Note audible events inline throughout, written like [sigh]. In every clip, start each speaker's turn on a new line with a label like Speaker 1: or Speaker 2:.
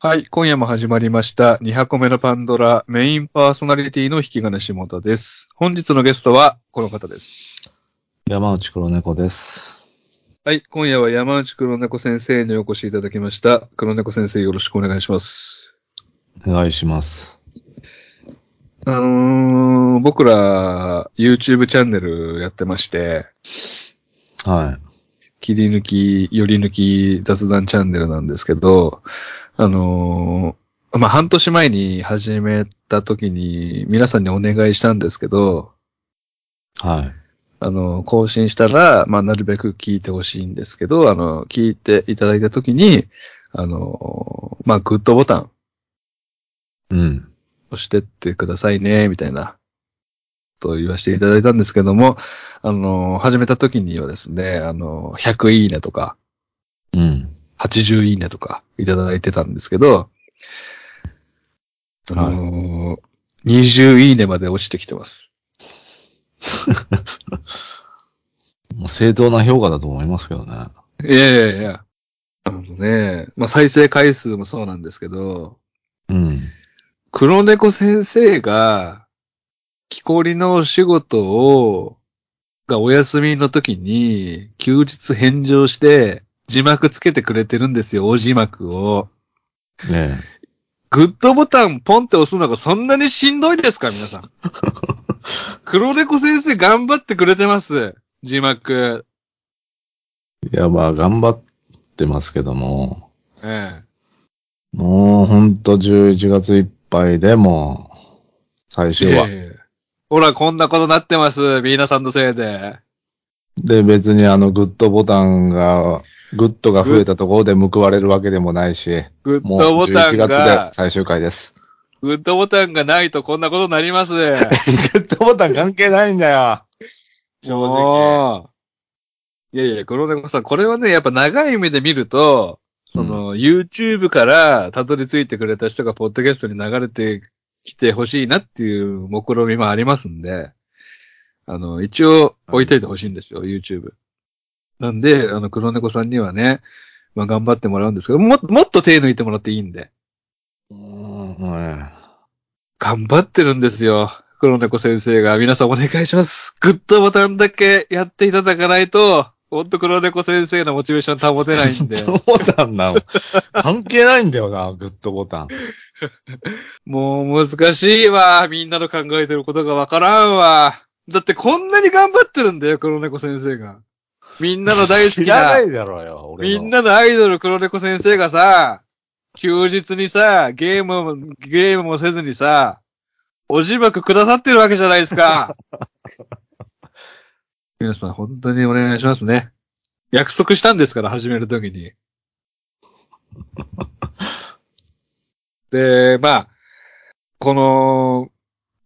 Speaker 1: はい、今夜も始まりました。200個目のパンドラ、メインパーソナリティの引き金下田です。本日のゲストは、この方です。
Speaker 2: 山内黒猫です。
Speaker 1: はい、今夜は山内黒猫先生にお越しいただきました。黒猫先生よろしくお願いします。
Speaker 2: お願いします。
Speaker 1: あのー、僕ら、YouTube チャンネルやってまして、
Speaker 2: はい。
Speaker 1: 切り抜き、寄り抜き雑談チャンネルなんですけど、あのー、まあ、半年前に始めた時に皆さんにお願いしたんですけど、
Speaker 2: はい。
Speaker 1: あの、更新したら、まあ、なるべく聞いてほしいんですけど、あの、聞いていただいた時に、あのー、まあ、グッドボタン。
Speaker 2: うん。
Speaker 1: 押してってくださいね、みたいな。と言わせていただいたんですけども、あの、始めた時にはですね、あの、100いいねとか、
Speaker 2: うん。
Speaker 1: 80いいねとかいただいてたんですけど、あの、はい、20いいねまで落ちてきてます。
Speaker 2: 正当な評価だと思いますけどね。
Speaker 1: いやいやいや。あのね、まあ、再生回数もそうなんですけど、
Speaker 2: うん。
Speaker 1: 黒猫先生が、木こりのお仕事を、がお休みの時に、休日返上して、字幕つけてくれてるんですよ、大字幕を。
Speaker 2: ねえ。
Speaker 1: グッドボタンポンって押すのがそんなにしんどいですか、皆さん。黒猫先生頑張ってくれてます、字幕。
Speaker 2: いや、まあ、頑張ってますけども。
Speaker 1: ええ。
Speaker 2: もう、ほんと11月いっぱいでも最終話。ええ
Speaker 1: ほら、こんなことなってます。皆さんのせいで。
Speaker 2: で、別にあの、グッドボタンが、グッドが増えたところで報われるわけでもないし、
Speaker 1: グッドボタンが、
Speaker 2: 11月で最終回です。
Speaker 1: グッドボタンがないとこんなことになります。グ
Speaker 2: ッドボタン関係ないんだよ。正直。
Speaker 1: いやいや、黒猫さん、これはね、やっぱ長い目で見ると、その、うん、YouTube からたどり着いてくれた人がポッドキャストに流れて来てほしいなっていう目論みもありますんで、あの、一応置いといてほしいんですよ、はい、YouTube。なんで、あの、黒猫さんにはね、まあ、頑張ってもらうんですけど、も、もっと手抜いてもらっていいんで。
Speaker 2: うん、頑
Speaker 1: 張ってるんですよ。黒猫先生が、皆さんお願いします。グッドボタンだけやっていただかないと、ほんと黒猫先生のモチベーション保てない
Speaker 2: [laughs]
Speaker 1: んで。
Speaker 2: グッドボタンなの。関係ないんだよな、グッドボタン。
Speaker 1: もう難しいわ。みんなの考えてることがわからんわ。だってこんなに頑張ってるんだよ、黒猫先生が。みんなの大好きな。知
Speaker 2: らないだろうよ、
Speaker 1: 俺みんなのアイドル黒猫先生がさ、休日にさ、ゲームも、ゲームもせずにさ、おじばくくださってるわけじゃないです [laughs] か。皆さん本当にお願いしますね。約束したんですから、始めるとき [laughs] に。で、まあ、この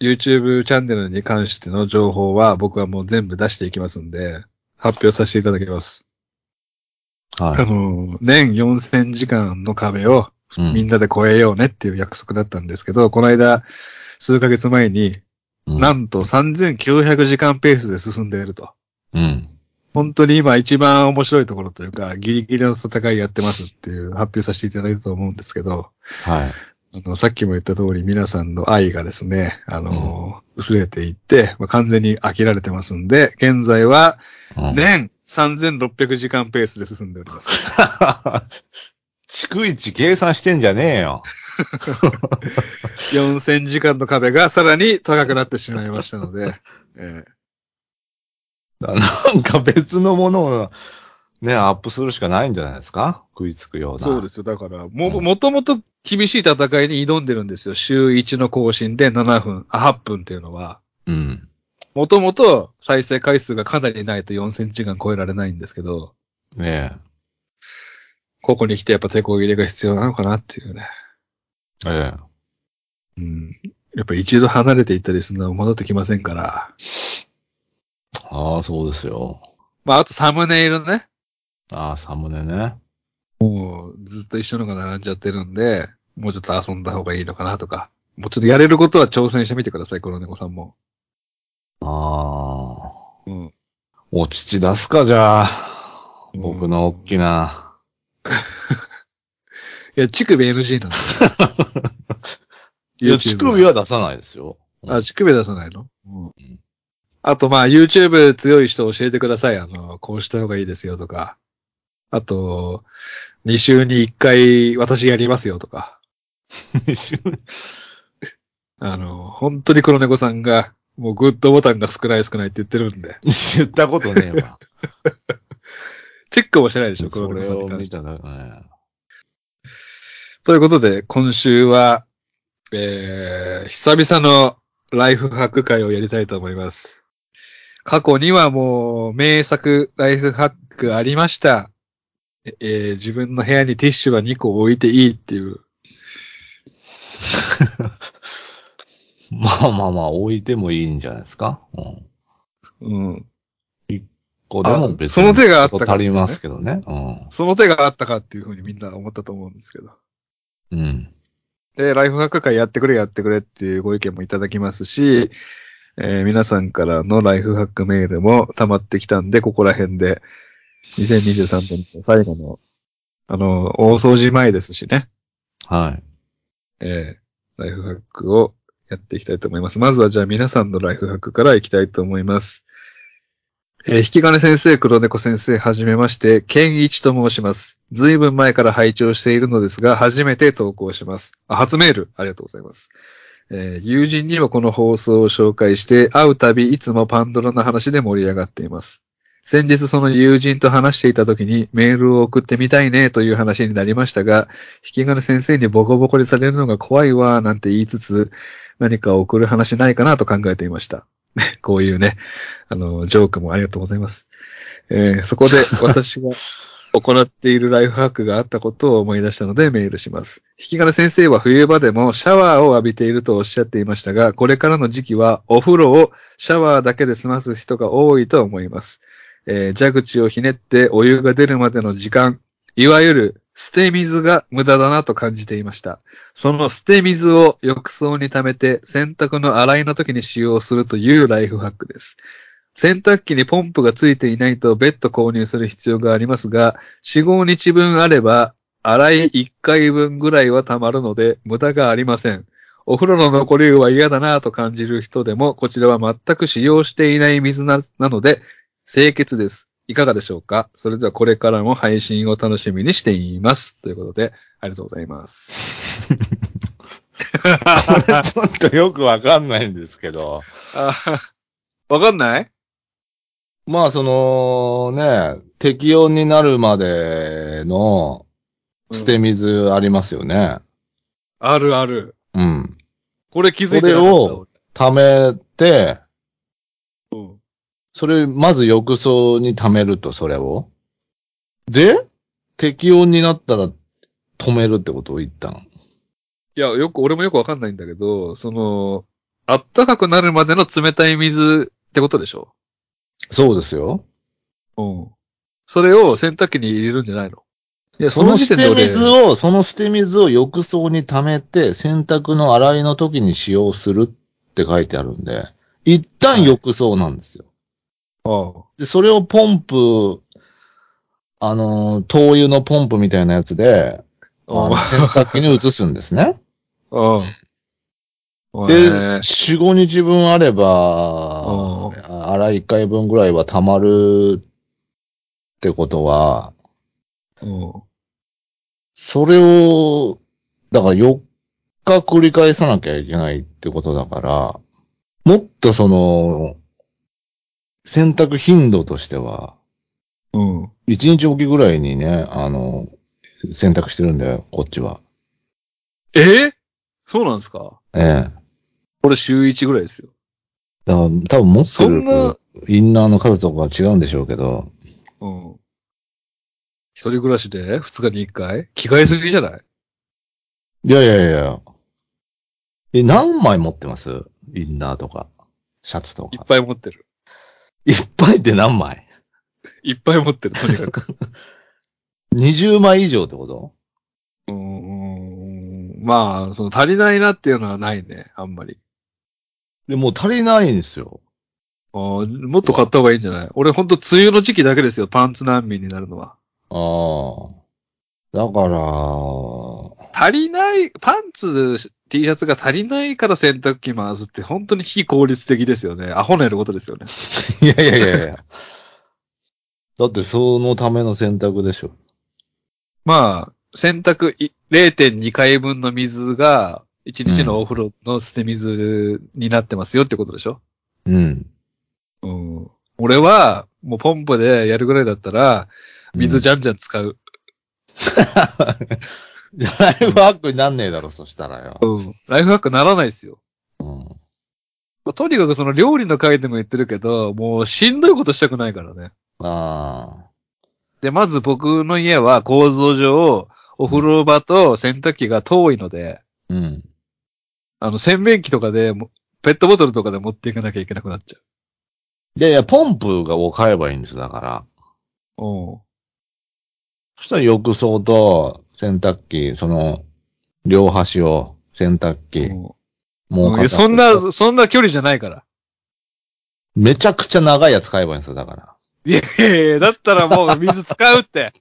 Speaker 1: YouTube チャンネルに関しての情報は僕はもう全部出していきますんで、発表させていただきます。
Speaker 2: はい。
Speaker 1: あの、年4000時間の壁をみんなで超えようねっていう約束だったんですけど、うん、この間、数ヶ月前に、うん、なんと3900時間ペースで進んでいると。
Speaker 2: うん。
Speaker 1: 本当に今一番面白いところというか、ギリギリの戦いやってますっていう発表させていただいたと思うんですけど、
Speaker 2: はい。
Speaker 1: あの、さっきも言った通り皆さんの愛がですね、あの、うん、薄れていって、まあ、完全に飽きられてますんで、現在は、年3600時間ペースで進んでおります。
Speaker 2: [laughs] 逐一計算してんじゃねえよ。
Speaker 1: 4000時間の壁がさらに高くなってしまいましたの [laughs] で、え
Speaker 2: ー、なんか別のものを、ね、アップするしかないんじゃないですか食いつくような。
Speaker 1: そうですよ。だから、も、うん、もともと厳しい戦いに挑んでるんですよ。週1の更新で7分、あ、8分っていうのは。
Speaker 2: うん。
Speaker 1: もともと再生回数がかなりないと4センチ間超えられないんですけど。
Speaker 2: ねえ。
Speaker 1: ここに来てやっぱ手こ入れが必要なのかなっていうね。
Speaker 2: え
Speaker 1: え。うん。やっぱ一度離れていったりするのは戻ってきませんから。
Speaker 2: ああ、そうですよ。
Speaker 1: まあ、あとサムネイルね。
Speaker 2: ああ、サムネね。
Speaker 1: もう、ずっと一緒のが並んじゃってるんで、もうちょっと遊んだ方がいいのかなとか。もうちょっとやれることは挑戦してみてください、この猫さんも。
Speaker 2: ああ。
Speaker 1: うん。
Speaker 2: お乳出すか、じゃあ。僕の大きな。
Speaker 1: いや、乳首 NG [laughs] なんだ
Speaker 2: い
Speaker 1: よ。
Speaker 2: や、乳首は出さないですよ。
Speaker 1: あ、乳首出さないの、うん
Speaker 2: ん
Speaker 1: あと、まあ、YouTube 強い人教えてください。あの、こうした方がいいですよとか。あと、2週に1回私やりますよとか。あの、本当に黒猫さんが、もうグッドボタンが少ない少ないって言ってるんで。
Speaker 2: 言ったことねえ
Speaker 1: [laughs]
Speaker 2: わ。
Speaker 1: チェックもしてないでしょ、黒
Speaker 2: そ
Speaker 1: 猫
Speaker 2: れ
Speaker 1: さんに
Speaker 2: を
Speaker 1: 関して
Speaker 2: 見たら、ね、
Speaker 1: ということで、今週は、えー、久々のライフハック会をやりたいと思います。過去にはもう、名作ライフハックありました。ええー自分の部屋にティッシュは2個置いていいっていう。
Speaker 2: まあまあまあ、置いてもいいんじゃないですか。うん。
Speaker 1: うん。
Speaker 2: こうでも別
Speaker 1: あその手があったからね
Speaker 2: 足りますけどね。
Speaker 1: その手があったかっていうふうにみんな思ったと思うんですけど。
Speaker 2: うん。うん。
Speaker 1: で、ライフハック会やってくれやってくれっていうご意見もいただきますし、えー皆さんからのライフハックメールも溜まってきたんで、ここら辺で、2023年の最後の、あの、大掃除前ですしね、
Speaker 2: はい。
Speaker 1: えーライフハックをやっていきたいと思います。まずはじゃあ皆さんのライフハックからいきたいと思います。えー引き金先生、黒猫先生、はじめまして、ケンイチと申します。ずいぶん前から拝聴しているのですが、初めて投稿します。あ、初メール、ありがとうございます。えー友人にもこの放送を紹介して、会うたびいつもパンドラの話で盛り上がっています。先日その友人と話していた時にメールを送ってみたいねという話になりましたが、引き金先生にボコボコにされるのが怖いわなんて言いつつ、何か送る話ないかなと考えていました。 [laughs] こういうね、あの、ジョークもありがとうございます。えーそこで私が行っているライフハックがあったことを思い出したのでメールします。引き金先生は冬場でもシャワーを浴びているとおっしゃっていましたが、これからの時期はお風呂をシャワーだけで済ます人が多いと思います。えー蛇口をひねってお湯が出るまでの時間、いわゆる捨て水が無駄だなと感じていました。その捨て水を浴槽に溜めて洗濯の洗いの時に使用するというライフハックです。洗濯機にポンプがついていないと別途購入する必要がありますが、4、5日分あれば洗い1回分ぐらいは溜まるので無駄がありません。お風呂の残り湯は嫌だなぁと感じる人でも、こちらは全く使用していない水ななので、清潔です。いかがでしょうかそれではこれからも配信を楽しみにしています。ということで、ありがとうございます。 [laughs]
Speaker 2: これちょっとよくわかんないんですけど。
Speaker 1: あわかんない
Speaker 2: まあ、その、ね、適温になるまでの捨て水ありますよね。
Speaker 1: あるある。
Speaker 2: うん。
Speaker 1: これ気づいてなかった。
Speaker 2: それを溜め
Speaker 1: う
Speaker 2: て、
Speaker 1: ん
Speaker 2: それ、まず浴槽に溜めると、それを。で、適温になったら止めるってことを言ったの。
Speaker 1: いや、よく、俺もよくわかんないんだけど、その、あったかくなるまでの冷たい水ってことでしょ
Speaker 2: そうですよ。
Speaker 1: うん。それを洗濯機に入れるんじゃないのいや、
Speaker 2: そ
Speaker 1: そ
Speaker 2: の
Speaker 1: の時点
Speaker 2: 捨て
Speaker 1: で俺、
Speaker 2: 水を、その捨て水を浴槽に溜めて、洗濯の洗いの時に使用するって書いてあるんで、一旦浴槽なんですよ。
Speaker 1: ああ
Speaker 2: で、それをポンプ、あのー、灯油のポンプみたいなやつで、あ
Speaker 1: あ
Speaker 2: の洗濯機に移すんで
Speaker 1: [laughs]
Speaker 2: すね。
Speaker 1: あ。うん。
Speaker 2: で、
Speaker 1: へえ
Speaker 2: 4、5日分あれば、洗い1回分ぐらいは溜まるってことは、
Speaker 1: うん。
Speaker 2: それを、だから4日繰り返さなきゃいけないってことだから、もっとその、洗濯頻度としては、
Speaker 1: うん。
Speaker 2: 1日おきぐらいにね、あの、洗濯してるんだよ、こっちは。
Speaker 1: えそうなんですか
Speaker 2: ええ。
Speaker 1: これ週1ぐらいですよ。
Speaker 2: だから多分持
Speaker 1: そん
Speaker 2: っ
Speaker 1: な
Speaker 2: て、るインナーの数とか違うんでしょうけど、
Speaker 1: うん。一人暮らしで2日に1回着替えすぎじゃない
Speaker 2: いやいやいや。え、何枚持ってますインナーとか、シャツと
Speaker 1: いっ
Speaker 2: か。
Speaker 1: ぱい持ってる。
Speaker 2: いっぱいって何枚
Speaker 1: いっぱい持ってる、とにかく。
Speaker 2: ?20 枚以上ってこと
Speaker 1: うーん。まあ、その足りないなっていうのはないね、あんまり。
Speaker 2: で、もう足りないんですよ。
Speaker 1: あーもっと買った方がいいんじゃない俺ほんと梅雨の時期だけですよ、パンツ難民になるのは。
Speaker 2: ああ。だから、
Speaker 1: 足りない、パンツ、T シャツが足りないから洗濯機回すって本当に非効率的ですよね。アホなやることですよね。
Speaker 2: いやいやいやいや。だってそのための選択でしょ。
Speaker 1: まあ、洗濯い0.2回分の水が、1日のお風呂の捨て水になってますよってことでしょ、
Speaker 2: うん。
Speaker 1: うん、俺は、もうポンプでやるぐらいだったら、水じゃんじゃん使う。
Speaker 2: じゃライフハックになんねえだろ、そしたらよ。
Speaker 1: うん。ライフハックならないですよ。
Speaker 2: うん。
Speaker 1: まあとにかくその料理の回でも言ってるけど、もうしんどいことしたくないからね。
Speaker 2: あ
Speaker 1: で、まず僕の家は構造上、お風呂場と洗濯機が遠いので、
Speaker 2: あ。うん。
Speaker 1: あの、洗面器とかでも、ペットボトルとかで持っていかなきゃいけなくなっちゃ
Speaker 2: いやいや、ポンプを買えばいいんです、だから。
Speaker 1: う。うん。
Speaker 2: そしたら浴槽と洗濯機、その、両端を洗濯機、
Speaker 1: も
Speaker 2: も
Speaker 1: ういやそんな、そんな距離じゃないから。
Speaker 2: めちゃくちゃ長いやつ買えばいいんですよ、だから。
Speaker 1: いやいやいやだったらもう水使う
Speaker 2: [laughs]
Speaker 1: って。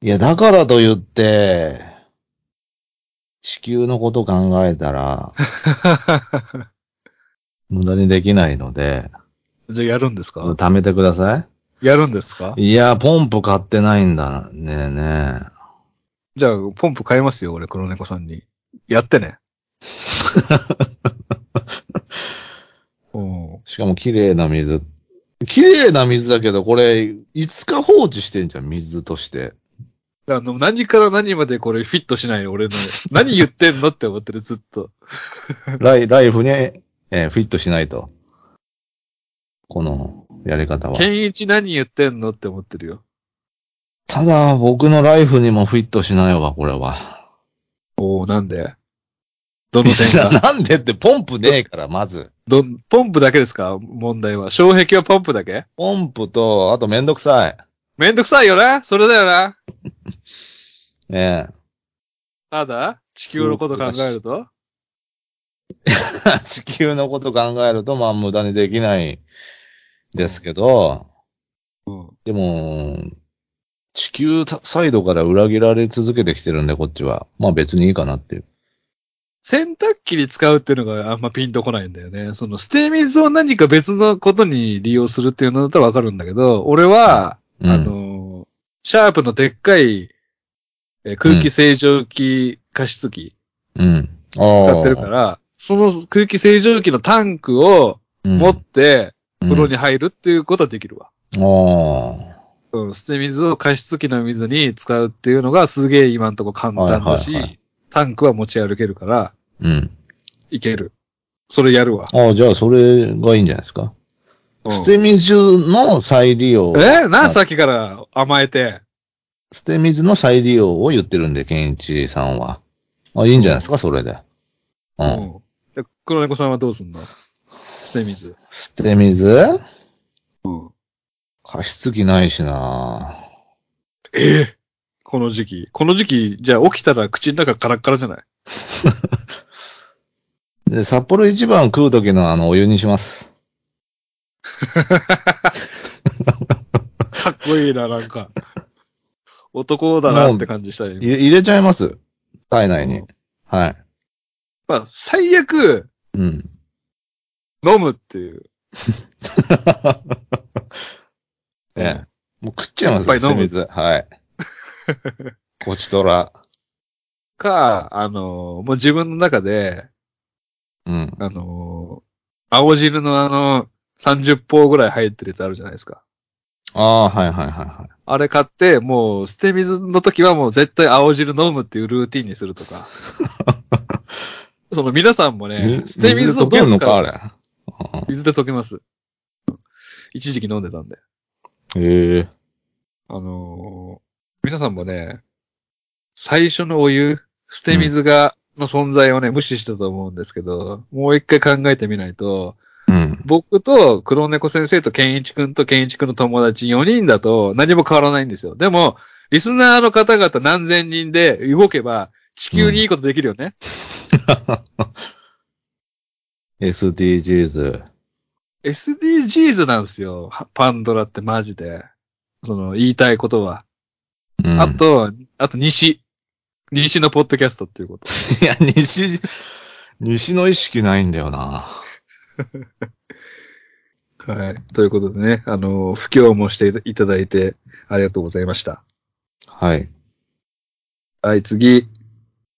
Speaker 2: いや、だからと言って、地球のこと考え
Speaker 1: [laughs]
Speaker 2: たら、無駄にできないので、
Speaker 1: じゃあやるんですか
Speaker 2: 貯めてくださ
Speaker 1: やるんですか
Speaker 2: い。いや、ポンプ買ってないんだねえね
Speaker 1: じゃあ、ポンプ買いますよ、俺、黒猫さんに。やってね。うん。
Speaker 2: しかも綺麗な水。綺麗な水だけど、これ、5日放置してんじゃん、水として。
Speaker 1: あの、何から何までこれフィットしない俺の、何言ってんのって思ってる、ずっと。
Speaker 2: ライライフに、えーフィットしないと。このやり方は。
Speaker 1: ケンイチ何言ってんのって思ってるよ。
Speaker 2: ただ、僕のライフにもフィットしないわ、これは。
Speaker 1: [laughs] おおなんでどの点が
Speaker 2: [laughs] なんでって、ポンプねえから、まず。
Speaker 1: どん、ポンプだけですか問題は。障壁はポンプだけ
Speaker 2: ポンプと、あとめんどくさい。
Speaker 1: めんどくさいよなそれだよな
Speaker 2: え [laughs]
Speaker 1: ただ、地球のこと考えると
Speaker 2: え地球のこと考えると、まあ、無駄にできないですけど、
Speaker 1: うん。
Speaker 2: でも、地球サイドから裏切られ続けてきてるんで、こっちは。まあ別にいいかなっていう。
Speaker 1: 洗濯機に使うっていうのがあんまピンとこないんだよね。その捨て水を何か別のことに利用するっていうのだったらわかるんだけど、俺は、
Speaker 2: うん、
Speaker 1: あの、シャープのでっかいえー空気清浄機加湿器
Speaker 2: うん。、
Speaker 1: 使ってるからら、その空気清浄機のタンクを
Speaker 2: うん
Speaker 1: 持って
Speaker 2: うん
Speaker 1: 風呂に入るっていうことはできるわ。
Speaker 2: あ
Speaker 1: うん、捨て水を加湿器の水に使うっていうのがすげえ今んとこ簡単だし、
Speaker 2: はいはいはい
Speaker 1: タンクは持ち歩けるから、
Speaker 2: あ。うん。
Speaker 1: いける。それやるわ。
Speaker 2: ああ、じゃあそれがいいんじゃないですか。
Speaker 1: うん
Speaker 2: 捨て水の再利用。
Speaker 1: えな、さっきから甘えて。
Speaker 2: 捨て水の再利用を言ってるんで、ケンイチさんは。あ、いいんじゃないですか、それで。う。
Speaker 1: うんん。で黒猫さんはどうすんの捨て水。
Speaker 2: 捨て水
Speaker 1: うん。
Speaker 2: 加湿器ないしな
Speaker 1: ええこの時期。この時期、じゃあ起きたら口の中カラッカラじゃない [laughs]
Speaker 2: で、札幌一番食う時のあの、お湯にします。
Speaker 1: かっこいいな、なんか。男だなって感じした
Speaker 2: い
Speaker 1: ね。
Speaker 2: れ入れちゃいます。体内に
Speaker 1: うん。
Speaker 2: はい。
Speaker 1: まあ、最悪、
Speaker 2: うん。 [laughs]
Speaker 1: 飲むっていう。
Speaker 2: ええ。もう食っちゃいます
Speaker 1: い
Speaker 2: よ、
Speaker 1: っぱい
Speaker 2: 捨て
Speaker 1: 飲む
Speaker 2: 水。
Speaker 1: [laughs]
Speaker 2: はい。こちとら。
Speaker 1: か、あの、もう自分の中で、
Speaker 2: うん。
Speaker 1: あの、青汁のあの、30泡ぐらい入ってるやつあるじゃないですか。
Speaker 2: ああ、はいはいはいはい。
Speaker 1: あれ買って、もう捨て水の時はもう絶対青汁飲むっていうルーティンにするとか。その皆さんもね、
Speaker 2: み
Speaker 1: 捨て水を
Speaker 2: で溶けるのか、あ
Speaker 1: どう使う
Speaker 2: れ。
Speaker 1: 水で溶けます。一時期飲んでたんで。
Speaker 2: へえ。
Speaker 1: あのー皆さんもね、最初のお湯、捨て水が、の存在をね、無視したと思うんですけど、もう一回考えてみないと、
Speaker 2: うん。 [laughs]
Speaker 1: 僕と黒猫先生と健一くんと健一くんの友達4人だと何も変わらないんですよ。でも、リスナーの方々何千人で動けば地球にいいことできるよね。
Speaker 2: SDGs。
Speaker 1: SDGs なんですよ。はパンドラってマジで。その、言いたいことは。
Speaker 2: うん
Speaker 1: あと、あと西。西のポッドキャストっていうこと。
Speaker 2: いや、西、西の意識ないんだよな。
Speaker 1: はい。ということでね、あの、不況もしていただいて、ありがとうございました。
Speaker 2: はい。
Speaker 1: はい、次。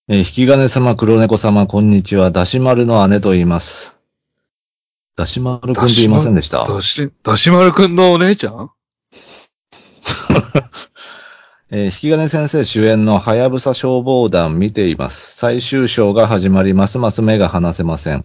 Speaker 2: えー引き金様、黒猫様、こんにちは。だし丸の姉と言います。だし丸くんって言いませんでした
Speaker 1: だし、だしまるくんのお姉ちゃん
Speaker 2: えー引き金先生主演のはやぶさ消防団見ています。最終章が始まり、ますます目が離せません。引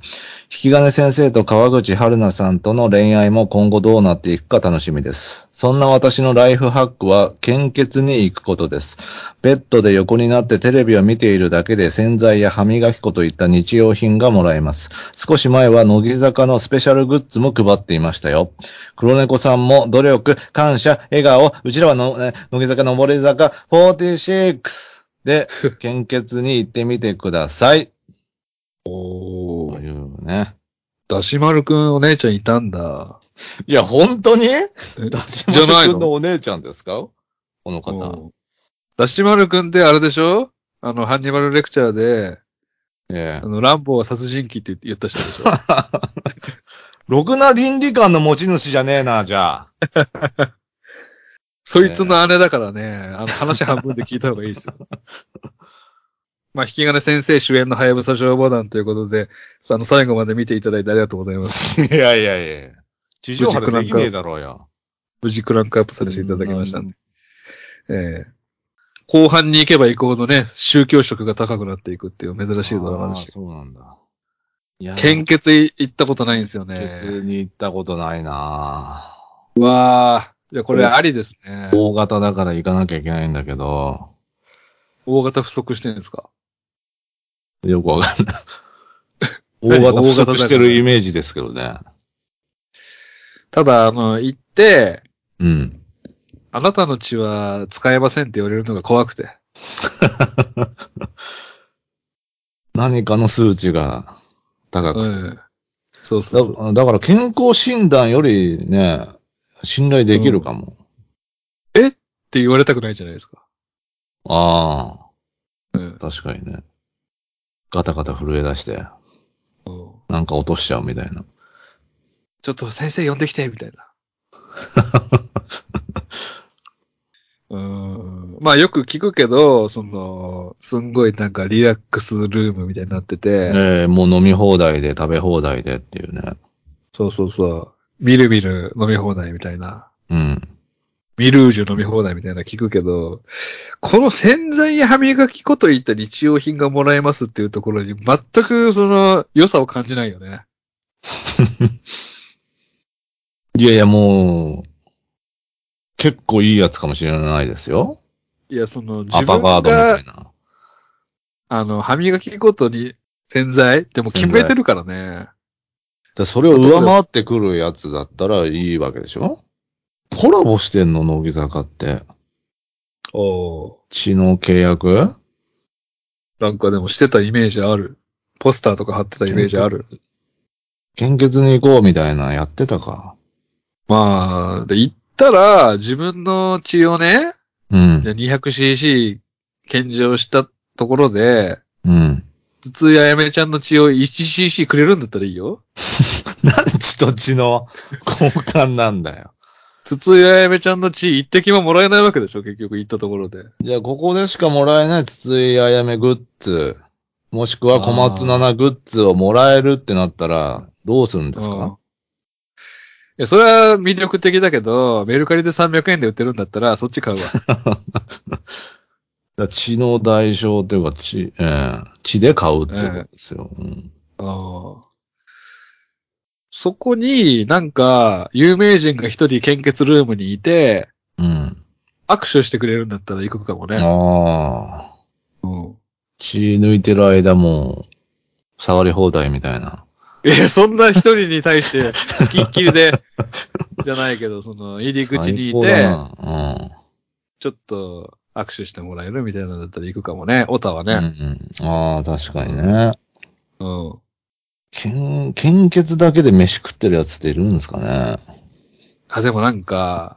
Speaker 2: き金先生と川口春奈さんとの恋愛も今後どうなっていくか楽しみです。そんな私のライフハックは献血に行くことです。ベッドで横になってテレビを見ているだけで洗剤や歯磨き粉といった日用品がもらえます。少し前は乃木坂のスペシャルグッズも配っていましたよ。黒猫さんも努力、感謝、笑顔、うちらはの、え乃木坂のぼり坂46で、献血に行ってみてください。
Speaker 1: お
Speaker 2: というね。
Speaker 1: だしまるくんお姉ちゃんいたんだ。
Speaker 2: いや、本当に
Speaker 1: え
Speaker 2: ダシ
Speaker 1: じゃない
Speaker 2: 君の
Speaker 1: の
Speaker 2: お姉ちゃんですかこの方。
Speaker 1: おだしまるくんってあれでしょあの、ハンニバルレクチャーで、
Speaker 2: え
Speaker 1: あの、乱暴は殺人鬼って言った人でしょ
Speaker 2: ろくな倫理観の持ち主じゃねえな、
Speaker 1: [laughs]
Speaker 2: じゃあ。
Speaker 1: そいつの姉だからね、あの、話半分で聞いた方がいいですよ。まあ、引き金先生主演のハヤブサ消防団ということで、あの、最後まで見ていただいてありがとうございます。
Speaker 2: いやいやいや。地上波でできねえだろうよ。
Speaker 1: 無事クランクアップさせていただきましたんで。ええ後半に行けば行くほどね、宗教色が高くなっていくっていう珍しいドラマで
Speaker 2: あー
Speaker 1: した。
Speaker 2: そうなんだ。いや、
Speaker 1: 献血行ったことないんですよね。
Speaker 2: 血に行ったことないな
Speaker 1: うわあ、じゃあこれありですね。
Speaker 2: 大型だから行かなきゃいけないんだけど、
Speaker 1: 大型不足してるんですか
Speaker 2: よくわかんない。
Speaker 1: 何
Speaker 2: 大型不
Speaker 1: 大型だから
Speaker 2: 足してるイメージですけどね。
Speaker 1: ただ、あの、行って、
Speaker 2: うん。
Speaker 1: あなたの血は使えませんって言われるのが怖くて。
Speaker 2: 何かの数値が高くて。
Speaker 1: うん。そうそうそう。
Speaker 2: だだから健康診断よりね、信頼できるかも。
Speaker 1: って言われたくないじゃないですか。
Speaker 2: あ
Speaker 1: うん
Speaker 2: あ、。確かにね。ガタガタ震え出して、
Speaker 1: うん
Speaker 2: なんか落としちゃうみたいな。
Speaker 1: ちょっと先生呼んできて、みたいな。 [laughs] うーんまあよく聞くけど、その、すんごいなんかリラックスルームみたいになってて、
Speaker 2: ええもう飲み放題で食べ放題でっていうね。
Speaker 1: そうそうそう、みるみる飲み放題みたいな、
Speaker 2: うん。
Speaker 1: ミルージュ飲み放題みたいなの聞くけど、この洗剤や歯磨き粉といった日用品がもらえますっていうところに全くその良さを感じないよね。
Speaker 2: いやいや、もう、結構いいやつかもしれないですよ。
Speaker 1: いや、その、自
Speaker 2: アパ
Speaker 1: 分
Speaker 2: ガードみた
Speaker 1: が
Speaker 2: い、な。
Speaker 1: あの、歯磨き粉とに洗剤でも決めてるからね。
Speaker 2: でそれを上回ってくるやつだったらいいわけでしょコラボしてんの、乃木坂って。
Speaker 1: おお。
Speaker 2: 血の契約
Speaker 1: なんかでもしてたイメージある。ポスターとか貼ってたイメージある。
Speaker 2: 献血に行こうみたいなやってたか。
Speaker 1: まあ、で、行ったら、自分の血をね、
Speaker 2: うん
Speaker 1: じ。ゃあ 200cc 献上したところで、
Speaker 2: うん。 [laughs]
Speaker 1: 頭痛ややめちゃんの血を 1cc くれるんだったらいいよ。
Speaker 2: なんで血と血の交換なんだよ。
Speaker 1: 頭痛ややめちゃんの血一滴ももらえないわけでしょ結局行ったところで。
Speaker 2: じゃあ、ここでしかもらえない筒井あやめグッズ、もしくは小松菜奈グッズをもらえるってなったら、どうするんです
Speaker 1: うんい
Speaker 2: か
Speaker 1: や、それは魅力的だけど、メルカリで300円で売ってるんだったら、そっち買うわ。
Speaker 2: だから血の代償というか、血、ええ血で買うってことですよ。うん [laughs]
Speaker 1: ああ。そこになんか、有名人が一人献血ルームにいて、
Speaker 2: うん。
Speaker 1: 握手してくれるんだったら行くかもね。
Speaker 2: ああ。
Speaker 1: うん。
Speaker 2: 血抜いてる間も、触り放題みたいな。
Speaker 1: いや、そんな一人に対して、付きっきりで、じゃないけど、その、入り口にい
Speaker 2: 最高
Speaker 1: て、
Speaker 2: だな
Speaker 1: ちょっと握手してもらえるみたいなのだったら行くかもね。オタは
Speaker 2: うん。
Speaker 1: ね。
Speaker 2: うんうん、ああ、確かにね。
Speaker 1: うん。
Speaker 2: 献献血だけで飯食ってるやつっているんですかね。
Speaker 1: あ、でもなんか、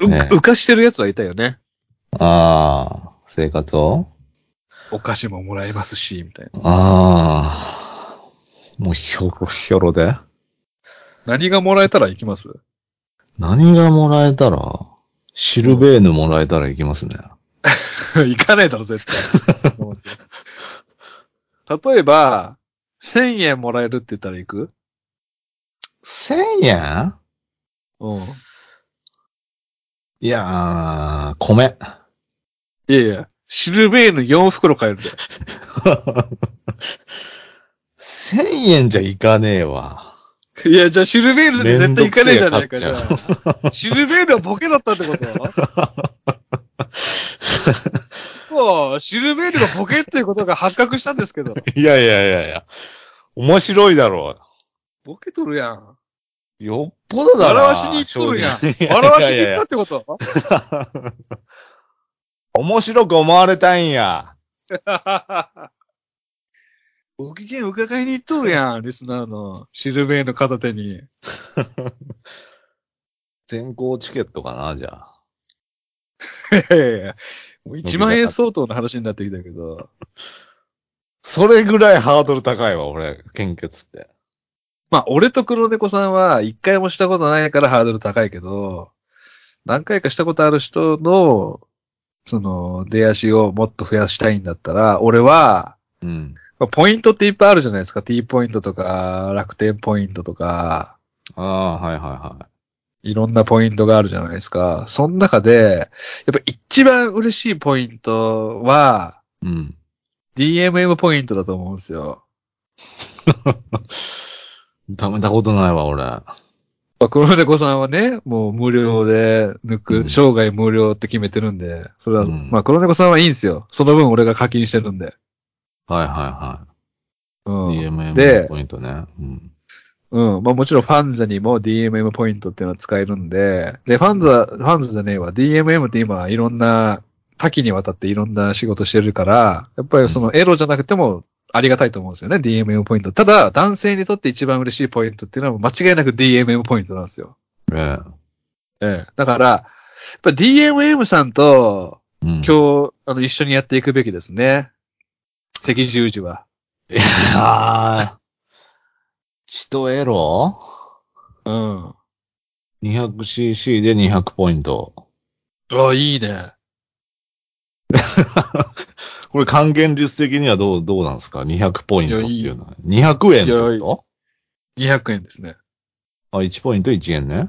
Speaker 1: う
Speaker 2: ね
Speaker 1: 浮かしてるやつはいたよね。
Speaker 2: ああ。生活を
Speaker 1: お菓子ももらえますし、みたいな。
Speaker 2: ああ。もうひょろひょろで。
Speaker 1: 何がもらえたら行きます [laughs]
Speaker 2: 何がもらえたら、シルベーヌもらえたら行きますね。
Speaker 1: 行かないだろ、絶対。例えば、1000円もらえるって言ったら行く
Speaker 2: 1000円
Speaker 1: うん。
Speaker 2: いやー、米。
Speaker 1: いやいや、シルベーヌ4袋買えるで。
Speaker 2: 1000円じゃいかねえわ。
Speaker 1: [laughs] いや、じゃあシルベールで絶対行かねえじゃねえかじ
Speaker 2: めん
Speaker 1: ゃ
Speaker 2: ど
Speaker 1: あ。 [laughs] シルベールはボケだったって
Speaker 2: [laughs]
Speaker 1: ことそう、シルベールがボケっていうことが発覚したんですけ
Speaker 2: [laughs]
Speaker 1: ど。
Speaker 2: いやいやいやいや。面白いだろ
Speaker 1: ボケとるやん。
Speaker 2: う。よっぽどだろ。
Speaker 1: 笑わしに行っとるやん
Speaker 2: 正直
Speaker 1: 笑わしに
Speaker 2: いやい
Speaker 1: 行
Speaker 2: や
Speaker 1: っ
Speaker 2: い
Speaker 1: た
Speaker 2: や
Speaker 1: ってこと
Speaker 2: 面白く思われたいんや。
Speaker 1: ご機嫌伺いに行っとるやん、リスナーの。シルベールの片手に。
Speaker 2: 全校チケットかな、じゃあ。
Speaker 1: いやいやいやもう1万円相当の話になってきたけど。
Speaker 2: それぐらいハードル高いわ、俺、献血って。
Speaker 1: まあ、俺と黒猫さんは一回もしたことないからハードル高いけど、何回かしたことある人の、その、出足をもっと増やしたいんだったら、俺は、
Speaker 2: うん。
Speaker 1: まあポイントっていっぱいあるじゃないですか。T ポイントとか、楽天ポイントとか、
Speaker 2: ああ、はいはいはい
Speaker 1: ろんなポイントがあるじゃないですか。その中で、やっぱ一番嬉しいポイントは、
Speaker 2: い。うん。
Speaker 1: DMM ポイントだと思うんですよ。
Speaker 2: 食べたことないわ、俺。
Speaker 1: まあ、黒猫さんはね、もう無料で抜く、
Speaker 2: うん
Speaker 1: 生涯無料って決めてるんで、それは、
Speaker 2: うん
Speaker 1: まあ黒猫さんはいいんですよ。その分俺が課金してるんで。
Speaker 2: はいは
Speaker 1: う
Speaker 2: い
Speaker 1: ん。
Speaker 2: はい。DMM
Speaker 1: で
Speaker 2: のポイントね。うん。
Speaker 1: うん。まあもちろんファンザにも DMM ポイントっていうのは使えるんで、で、ファンザ、ファンザじゃねえわ。DMM って今いろんな、多岐にわたっていろんな仕事してるから、やっぱりそのエロじゃなくてもありがたいと思うんですよね、DMM ポイント。ただ、男性にとって一番嬉しいポイントっていうのは間違いなく DMM ポイントなんですよ。
Speaker 2: え
Speaker 1: ええ。だから、やっぱ DMM さんと、
Speaker 2: え。うん。
Speaker 1: 今日、あの、一緒にやっていくべきですね。赤十字は。
Speaker 2: ああ。血とエロ
Speaker 1: うん。
Speaker 2: 200cc で200ポイント。
Speaker 1: あ、いいね。
Speaker 2: これ還元率的にはどう、どうなんですか ?200 ポイントっていうのは。200円ってこと
Speaker 1: 200円ですね。
Speaker 2: あ、1ポイント1円ね。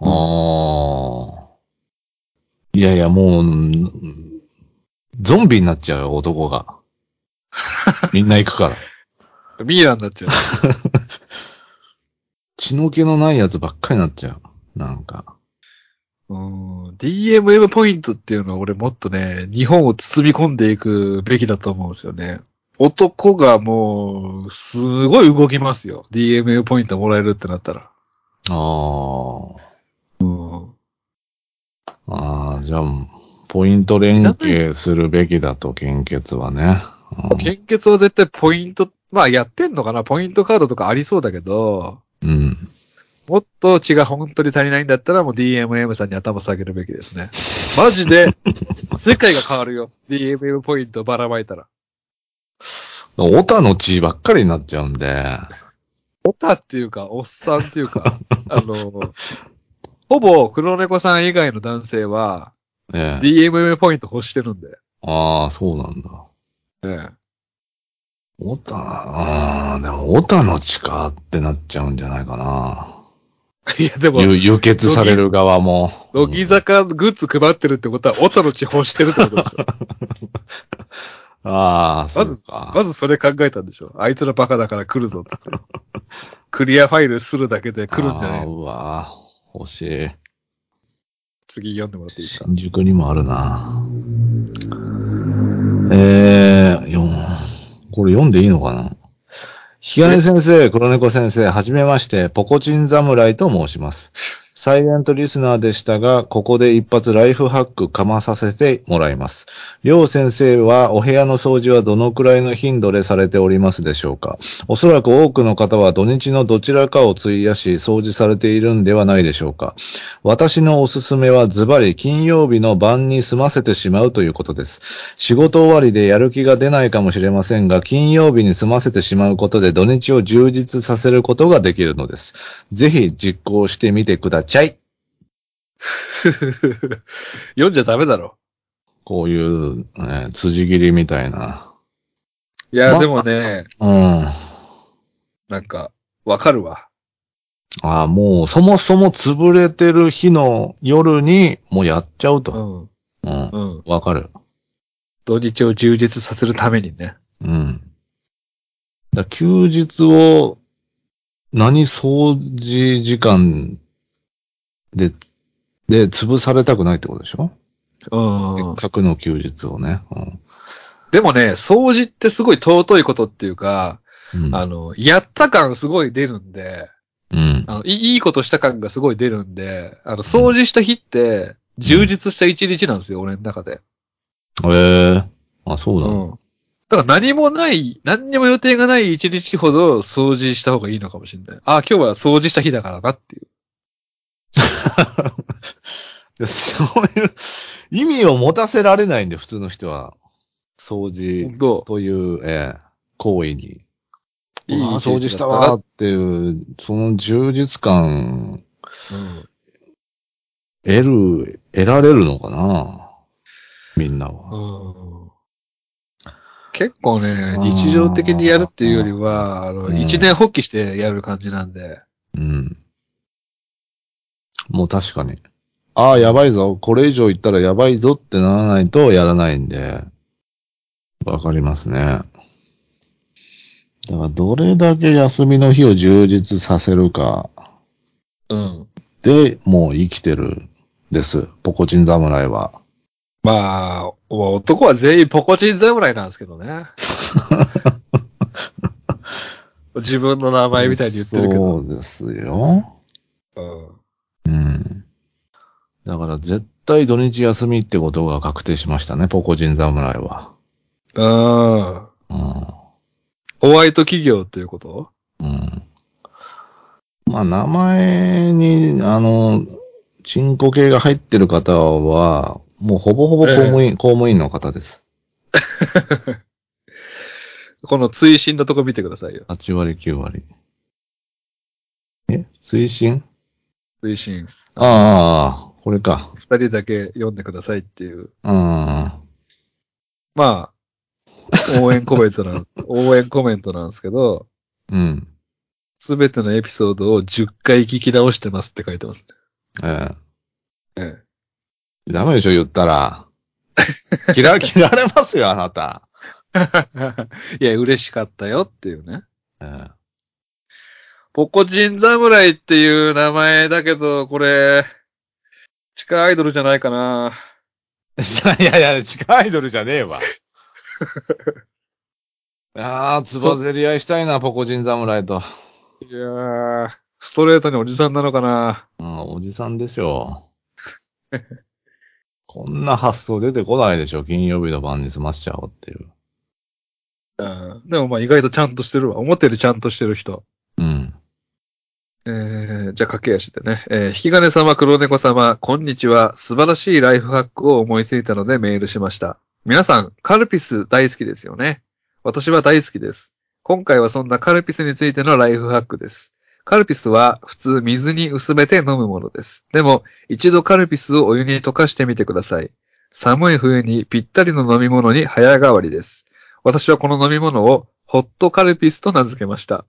Speaker 2: ああ。いやいや、もう、んゾンビになっちゃうよ、男が。 [laughs] みんな行くから。
Speaker 1: ミイラになっちゃう。
Speaker 2: 血の気のないやつばっかりになっちゃう。なんか。
Speaker 1: うん。DMM ポイントっていうのは俺もっとね、日本を包み込んでいくべきだと思うんですよね。男がもう、すごい動きますよ。DMM ポイントもらえるってなったら。
Speaker 2: ああ。
Speaker 1: うん。
Speaker 2: ああ、じゃあ、ポイント連携するべきだと、献血はね。
Speaker 1: 献血は絶対ポイント、まあやってんのかなポイントカードとかありそうだけど、
Speaker 2: うん。
Speaker 1: もっと血が本当に足りないんだったらもう DMM さんに頭下げるべきですね。マジで、世界が変わるよ。DMM ポイントばらまいたら。
Speaker 2: オタの血ばっかりになっちゃうんで。
Speaker 1: オタっていうか、おっさんっていうか、あの、ほぼ黒猫さん以外の男性は
Speaker 2: ええ。
Speaker 1: DMM ポイント欲してるんで。
Speaker 2: ああ、そうなんだ。
Speaker 1: ええ
Speaker 2: オタ、ああ、でもオタの血かってなっちゃうんじゃないかな。
Speaker 1: いや、でも、
Speaker 2: ゆ輸血される側も。
Speaker 1: 乃木
Speaker 2: うん
Speaker 1: 坂グッズ配ってるってことは、オタの血欲してるってことでしょ。
Speaker 2: ああ、そうか。
Speaker 1: まずそれ考えたんでしょ。あいつらバカだから来るぞっつって。クリアファイルするだけで来るんじゃな
Speaker 2: あ
Speaker 1: い
Speaker 2: あうわ欲しい。
Speaker 1: 次読んでもらっていいですか
Speaker 2: 新宿にもあるな。えー、よんこれ読んでいいのかな日金先生、黒猫先生、はじめまして、ポコチン侍と申します。サイレントリスナーでしたが、ここで一発ライフハックかまさせてもらいます。りょう先生はお部屋の掃除はどのくらいの頻度でされておりますでしょうかおそらく多くの方は土日のどちらかを費やし掃除されているんではないでしょうか私のおすすめはズバリ金曜日の晩に済ませてしまうということです。仕事終わりでやる気が出ないかもしれませんが、金曜日に済ませてしまうことで土日を充実させることができるのです。ぜひ実行してみてください。
Speaker 1: [laughs] 読んじゃダメだろ。
Speaker 2: こういう、ね、辻切りみたいな。
Speaker 1: いや、
Speaker 2: まあ
Speaker 1: でもね、
Speaker 2: うん。
Speaker 1: なんか、わかるわ。
Speaker 2: ああ、もうそもそも潰れてる日の夜にもうやっちゃう
Speaker 1: う
Speaker 2: と。
Speaker 1: ん。
Speaker 2: うん。
Speaker 1: うん。
Speaker 2: わかる。
Speaker 1: 土日を充実させるためにね。
Speaker 2: うん。だ休日を何掃除時間で、で潰されたくないってことでしょ、
Speaker 1: うん
Speaker 2: せっかくの休日をね。
Speaker 1: でもね、掃除ってすごい尊いことっていうか、
Speaker 2: うん。うん。
Speaker 1: あの、やった感すごい出るんで、
Speaker 2: うん、
Speaker 1: あの、いいいいことした感がすごい出るんで、あの、掃除した日って、充実した一日なんですよ、俺の中で。
Speaker 2: ええあ、そう
Speaker 1: う
Speaker 2: だ、ね
Speaker 1: ん。だから何もない、何にも予定がない一日ほど掃除した方がいいのかもしれない。ああ、今日は掃除した日だからなっていう。
Speaker 2: いやそういう意味を持たせられないんで、普通の人は。掃除
Speaker 1: 本当
Speaker 2: という、ええ行為に。
Speaker 1: いい
Speaker 2: ああ
Speaker 1: 一日だったな
Speaker 2: 掃除したわーっていう、その充実感、得る、得られるのかなみんな
Speaker 1: う
Speaker 2: は。
Speaker 1: ん。うん。結構ね
Speaker 2: さあ、
Speaker 1: 日常的にやるっていうよりは、あの、
Speaker 2: うん
Speaker 1: 一年発起してやる感じなんで。
Speaker 2: うん。もう確かに。ああ、やばいぞ。これ以上言ったらやばいぞってならないとやらないんで。わかりますね。だから、どれだけ休みの日を充実させるか
Speaker 1: うん。
Speaker 2: で、もう生きてるです。ポコチン侍は。
Speaker 1: まあ、男は全員ポコチン侍なんですけど
Speaker 2: [laughs]
Speaker 1: ね。自分の名前みたいに言ってるけど。
Speaker 2: そうですよ。
Speaker 1: うん
Speaker 2: うん。だから絶対土日休みってことが確定しましたね、ポコジン侍は。
Speaker 1: うん。
Speaker 2: うん。
Speaker 1: ホワイト企業ということ
Speaker 2: うん。まあ名前に、あの、チンコ系が入ってる方は、もうほぼほぼ公務員、公務員の方です。
Speaker 1: この追伸のとこ見てくださいよ。
Speaker 2: 8割、9割。え推進
Speaker 1: 追伸。
Speaker 2: ああああ、これか。
Speaker 1: 二人だけ読んでくださいっていう。
Speaker 2: うん。
Speaker 1: まあ、応援コメント [laughs] なんです。応援コメントなんですけど、
Speaker 2: うん。
Speaker 1: すべてのエピソードを10回聞き直してますって書いてます
Speaker 2: え
Speaker 1: ね。え
Speaker 2: え。ダメでしょ、言った [laughs] ら。嫌、嫌われますよ、あなた。
Speaker 1: え [laughs] いや、嬉しかったよっていうね。
Speaker 2: ええ
Speaker 1: ポコチン侍っていう名前だけど、これ、地下アイドルじゃないかな。
Speaker 2: [laughs] いやいや、地下アイドルじゃねえわ。 [laughs] ああ、つばぜり合いしたいな、ポコジン侍と。
Speaker 1: いやー、ストレートにおじさんなのかな。
Speaker 2: うん、おじさんでしょ [laughs] う。こんな発想出てこないでしょ、金曜日の晩に済ましちゃおうっていう。
Speaker 1: うん、でもまあ意外とちゃんとしてるわ。思ったよりちゃんとしてる人。
Speaker 2: うん。
Speaker 1: えー、じゃあ駆け足でね。えー、引き金様、黒猫様、こんにちは。素晴らしいライフハックを思いついたのでメールしました。皆さん、カルピス大好きですよね。私は大好きです。今回はそんなカルピスについてのライフハックです。カルピスは普通水に薄めて飲むものです。でも、一度カルピスをお湯に溶かしてみてください。寒い冬にぴったりの飲み物に早変わりです。私はこの飲み物をホットカルピスと名付けました。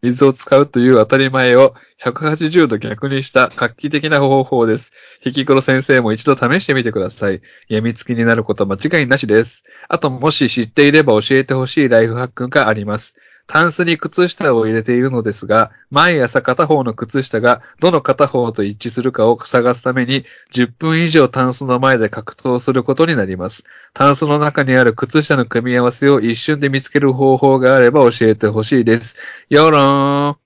Speaker 1: 水を使うという当たり前を180度逆にした画期的な方法です。ひきころ先生も一度試してみてください。病みつきになること間違いなしです。あともし知っていれば教えてほしいライフハックがあります。タンスに靴下を入れているのですが、毎朝片方の靴下がどの片方と一致するかを探すために、10分以上タンスの前で格闘することになります。タンスの中にある靴下の組み合わせを一瞬で見つける方法があれば教えてほしいです。よろーん。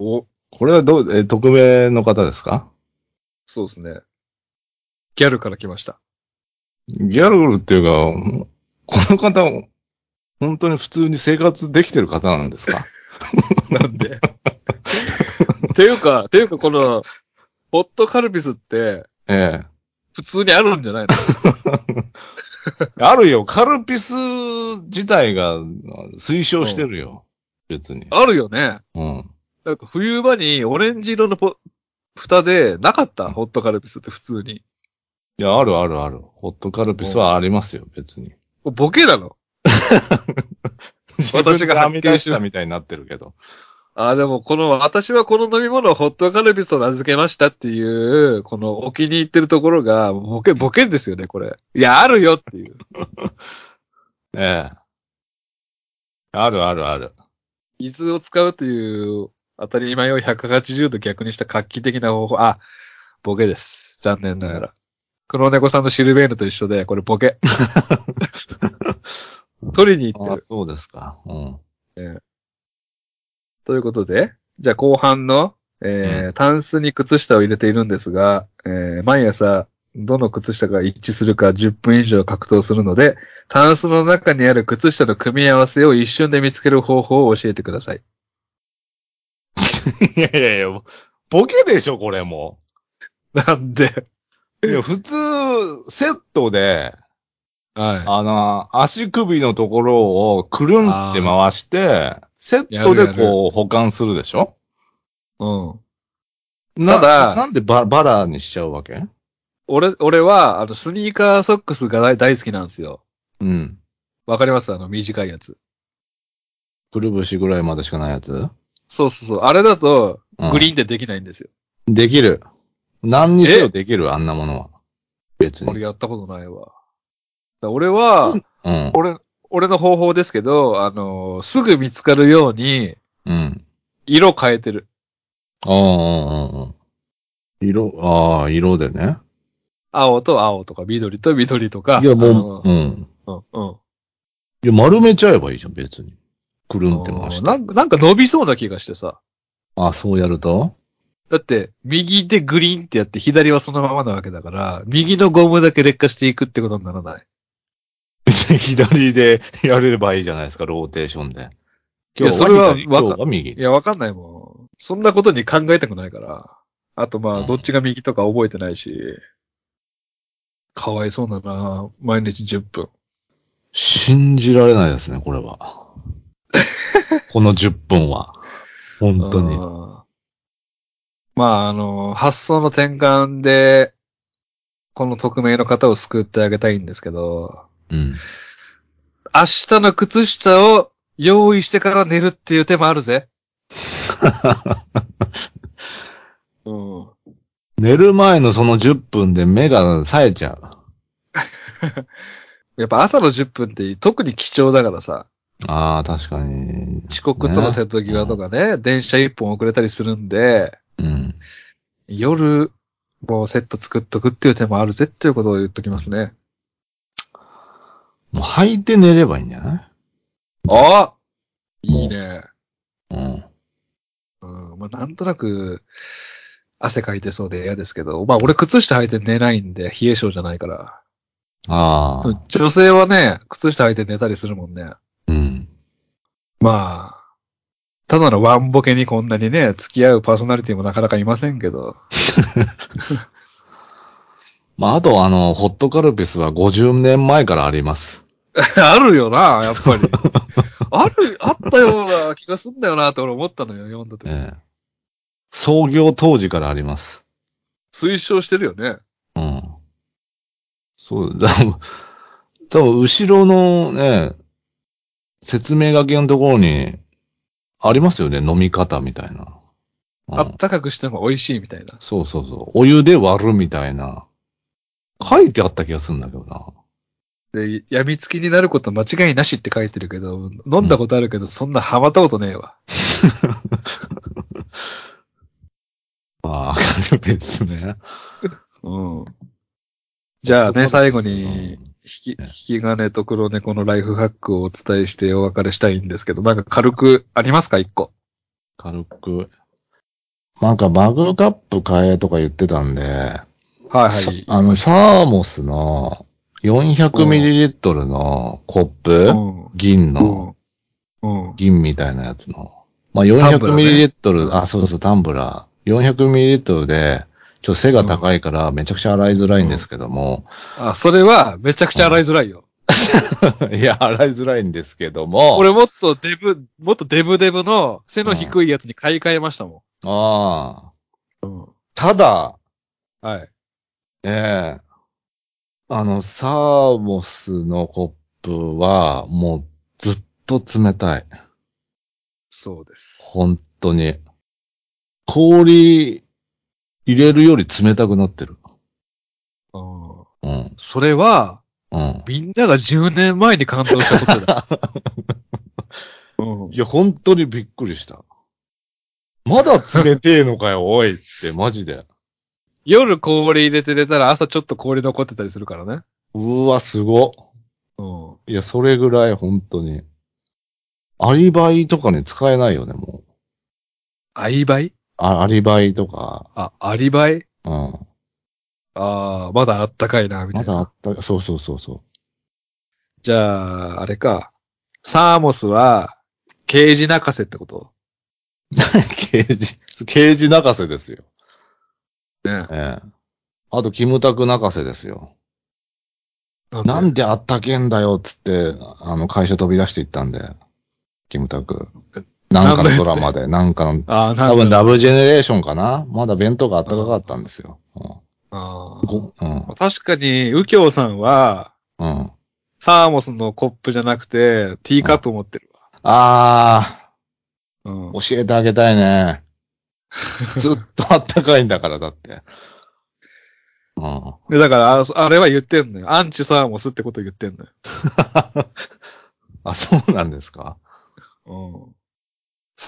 Speaker 1: お、
Speaker 2: これはどう、え、匿名の方ですか
Speaker 1: そうですね。ギャルから来ました。
Speaker 2: ギャルっていうか、この方、本当に普通に生活できてる方なんです [laughs] か
Speaker 1: なんで。ていうか、ていうかこの、ホットカルピスって、
Speaker 2: ええ。
Speaker 1: 普通にあるんじ [laughs] ゃないの
Speaker 2: あるよ、カルピス自体が推奨してるよ。別に。
Speaker 1: あるよね。
Speaker 2: うん。
Speaker 1: なんか冬場にオレンジ色のポ蓋でなかったホットカルピスって普通に。
Speaker 2: いや、あるあるある。ホットカルピスはありますよ、別に。
Speaker 1: これボケなの
Speaker 2: [laughs] 私がはみ出したみたいになってるけど。
Speaker 1: ああ、でもこの、私はこの飲み物をホットカルピスと名付けましたっていう、このお気に入ってるところが、ボケ、ボケですよね、これ。いや、あるよっていう。
Speaker 2: ええ。あるあるある。
Speaker 1: 伊豆を使うという、当たり前を180度逆にした画期的な方法。あ、ボケです。残念ながら。黒猫さんのシルベーヌと一緒で、これボ
Speaker 2: [laughs]
Speaker 1: ケ。取りに行って
Speaker 2: あ
Speaker 1: る。
Speaker 2: そうですか。うん。
Speaker 1: ということで、じゃあ後半の、えータンスに靴下を入れているんですが、えー毎朝、どの靴下が一致するか10分以上格闘するので、タンスの中にある靴下の組み合わせを一瞬で見つける方法を教えてください。
Speaker 2: いやいやいや、ボケでしょ、これも
Speaker 1: なんで
Speaker 2: う。いや、普通、セットで、
Speaker 1: は
Speaker 2: あの、足首のところをくるんって回して、セット
Speaker 1: や
Speaker 2: で
Speaker 1: るやる
Speaker 2: こう保管するでしょ
Speaker 1: い。うん。た
Speaker 2: な
Speaker 1: だ
Speaker 2: なんでババラにしちゃうわけ
Speaker 1: 俺、俺は、あの、スニーカーソックスが大大好きなんですよ。
Speaker 2: うん。
Speaker 1: わかりますあの、短いやつ。
Speaker 2: くるぶしぐらいまでしかないやつ、うん
Speaker 1: そうそうそう。あれだと、グリーンでできないんですよ。
Speaker 2: できる。何にせよできる、あんなものは。別
Speaker 1: 俺
Speaker 2: に。
Speaker 1: やったことないわ。だから俺は、
Speaker 2: うん。
Speaker 1: 俺、俺の方法ですけど、あのーすぐ見つかるように、
Speaker 2: うん。
Speaker 1: 色変えてる。
Speaker 2: ああああ、ああ。色、ああ、色でね。
Speaker 1: 青と青とか、緑と緑とか。
Speaker 2: いや、もう、うん。
Speaker 1: うん、うん、うん。
Speaker 2: いや、丸めちゃえばいいじゃん、別に。くるんって回して。
Speaker 1: なんか、なんか伸びそうな気がしてさ。
Speaker 2: あ、そうやると
Speaker 1: だって、右でグリーンってやって、左はそのままなわけだから、右のゴムだけ劣化していくってことにならない。
Speaker 2: [laughs] 左でやれればいいじゃないですか、ローテーションで。今日
Speaker 1: それは
Speaker 2: は左、
Speaker 1: わ
Speaker 2: 今
Speaker 1: か
Speaker 2: 日は右
Speaker 1: い。や、わかんないもん。そんなことに考えたくないから。あとま
Speaker 2: う
Speaker 1: あ、
Speaker 2: ん
Speaker 1: どっちが右とか覚えてないし。かわいそうだな毎日10分。
Speaker 2: 信じられないですね、こ
Speaker 1: [laughs]
Speaker 2: れは。この10分は。本当に。
Speaker 1: あーまあ、あの、発想の転換で、この匿名の方を救ってあげたいんですけど、
Speaker 2: うん。
Speaker 1: 明日の靴下を用意してから寝るっていう手もある
Speaker 2: [laughs]
Speaker 1: ぜ。うん。
Speaker 2: 寝る前のその10分で目が冴えちゃう。
Speaker 1: やっぱ朝の10分って特に貴重だからさ、
Speaker 2: ああ、確かに。
Speaker 1: 遅刻とか瀬戸際とかね、電車一本遅れたりするんで、
Speaker 2: うん。
Speaker 1: 夜、もうセット作っとくっていう手もあるぜっていうことを言っときますね。
Speaker 2: もう履いて寝ればいいんじゃな
Speaker 1: あいいね。
Speaker 2: いうん。
Speaker 1: うん、まあ、なんとなく、汗かいてそうで嫌ですけど、まあ、俺靴下履いて寝ないんで、冷え性じゃないから。
Speaker 2: ああ。
Speaker 1: 女性はね、靴下履いて寝たりするもんね。
Speaker 2: うん。
Speaker 1: まあ、ただのワンボケにこんなにね、付き合うパーソナリティもなかなかいませんけど。
Speaker 2: まあ、あと、あの、ホットカルピスは50年前からあります。
Speaker 1: [laughs] あるよな、やっぱり。 [laughs] ある、あったような気がすんだよなって俺思ったのよ、読んだ時。
Speaker 2: ええ。創業当時からあります。
Speaker 1: 推奨してるよね。
Speaker 2: うん。そう、だ多分後ろのね、説明書きのところに、ありますよね、飲み方みたいな。うん
Speaker 1: あったかくしても美味しいみたいな。
Speaker 2: そうそうそう。お湯で割るみたいな。書いてあった気がするんだけどな。
Speaker 1: で、やみつきになること間違いなしって書いてるけど、飲んだことあるけど、そんなハマったことねえわ。
Speaker 2: まあ、カルピスね。
Speaker 1: うん。じゃあね、
Speaker 2: ホットカ
Speaker 1: 最
Speaker 2: ルピ
Speaker 1: 後
Speaker 2: ス
Speaker 1: に、引き、
Speaker 2: うん
Speaker 1: 引き金と黒猫のライフハックをお伝えしてお別れしたいんですけど、なんか軽くありますか一個。
Speaker 2: 軽く。なんかマグカップ買えとか言ってたんで、
Speaker 1: はい
Speaker 2: さ
Speaker 1: はい。
Speaker 2: あの、サーモスの 400ml のコップ、
Speaker 1: うん。
Speaker 2: 銀の、
Speaker 1: うん。うん。
Speaker 2: 銀みたいなやつの。ま
Speaker 1: タン
Speaker 2: あ、
Speaker 1: ブラー
Speaker 2: 400ml、あ、そうそう、タンブラー。400ml で、ちょっと背が高いからめちゃくちゃ洗いづらいんですけども、
Speaker 1: あ、それはめちゃくちゃ洗いづらいよ。
Speaker 2: いや、洗いづらいん [laughs] ですけども、
Speaker 1: 俺もっとデブ、もっとデブデブの背の低いやつに買い替えましたも
Speaker 2: ああ、
Speaker 1: ん。うん。
Speaker 2: ただ、
Speaker 1: はい。
Speaker 2: ええあの、サーモスのコップは、もうずっと冷たい。
Speaker 1: そうです。
Speaker 2: 本当に。氷入れるより冷たくなってる。
Speaker 1: うん。
Speaker 2: うん、
Speaker 1: それは、
Speaker 2: うん。
Speaker 1: みんなが10年前に感動したことだ。 [laughs] うん
Speaker 2: いや、本当にびっくりした。まだ冷てえのかよ、 [laughs] おいって、マジで。
Speaker 1: 夜氷入れて寝たら朝ちょっと氷残ってたりするからね。
Speaker 2: うわ、すご。
Speaker 1: うん。
Speaker 2: いや、それぐらい、本当に。アリバイとかに使えないよね、もう。
Speaker 1: アリバイ
Speaker 2: あアリバイとか、
Speaker 1: あ、アリバイ
Speaker 2: うん。
Speaker 1: ああ、まだあったかいな、みた
Speaker 2: ま
Speaker 1: いな。
Speaker 2: だあった、そうそうそうそ
Speaker 1: じゃあ、あれか。サーモスは、ケージ泣かせってこと
Speaker 2: [laughs] う。刑事、刑事泣かせですよ。
Speaker 1: ね。
Speaker 2: ええ。あと、キムタク泣かせですよ。な
Speaker 1: で
Speaker 2: んであったけんだよ、つって、あの、会社飛び出していったんで、キムタク。なんかのドラマで、なんかの、
Speaker 1: ああ、な
Speaker 2: 多
Speaker 1: んだ
Speaker 2: 分ダブルジェネレーションかなまだ弁当があったかかったんですよ。う
Speaker 1: あ
Speaker 2: ん。ごうん。
Speaker 1: あ確かに、右京さんは、
Speaker 2: うん。
Speaker 1: サーモスのコップじゃなくて、ティーカップ持ってる
Speaker 2: あ
Speaker 1: わ。うん。
Speaker 2: ー、教えてあげたい [laughs] ね。ずっとあったかいんだから、だって。うん。 [laughs]
Speaker 1: で、だからあ、あれは言ってんのよ。アンチサーモスってこと言ってんのよ。
Speaker 2: あ、そうなんですか
Speaker 1: うん。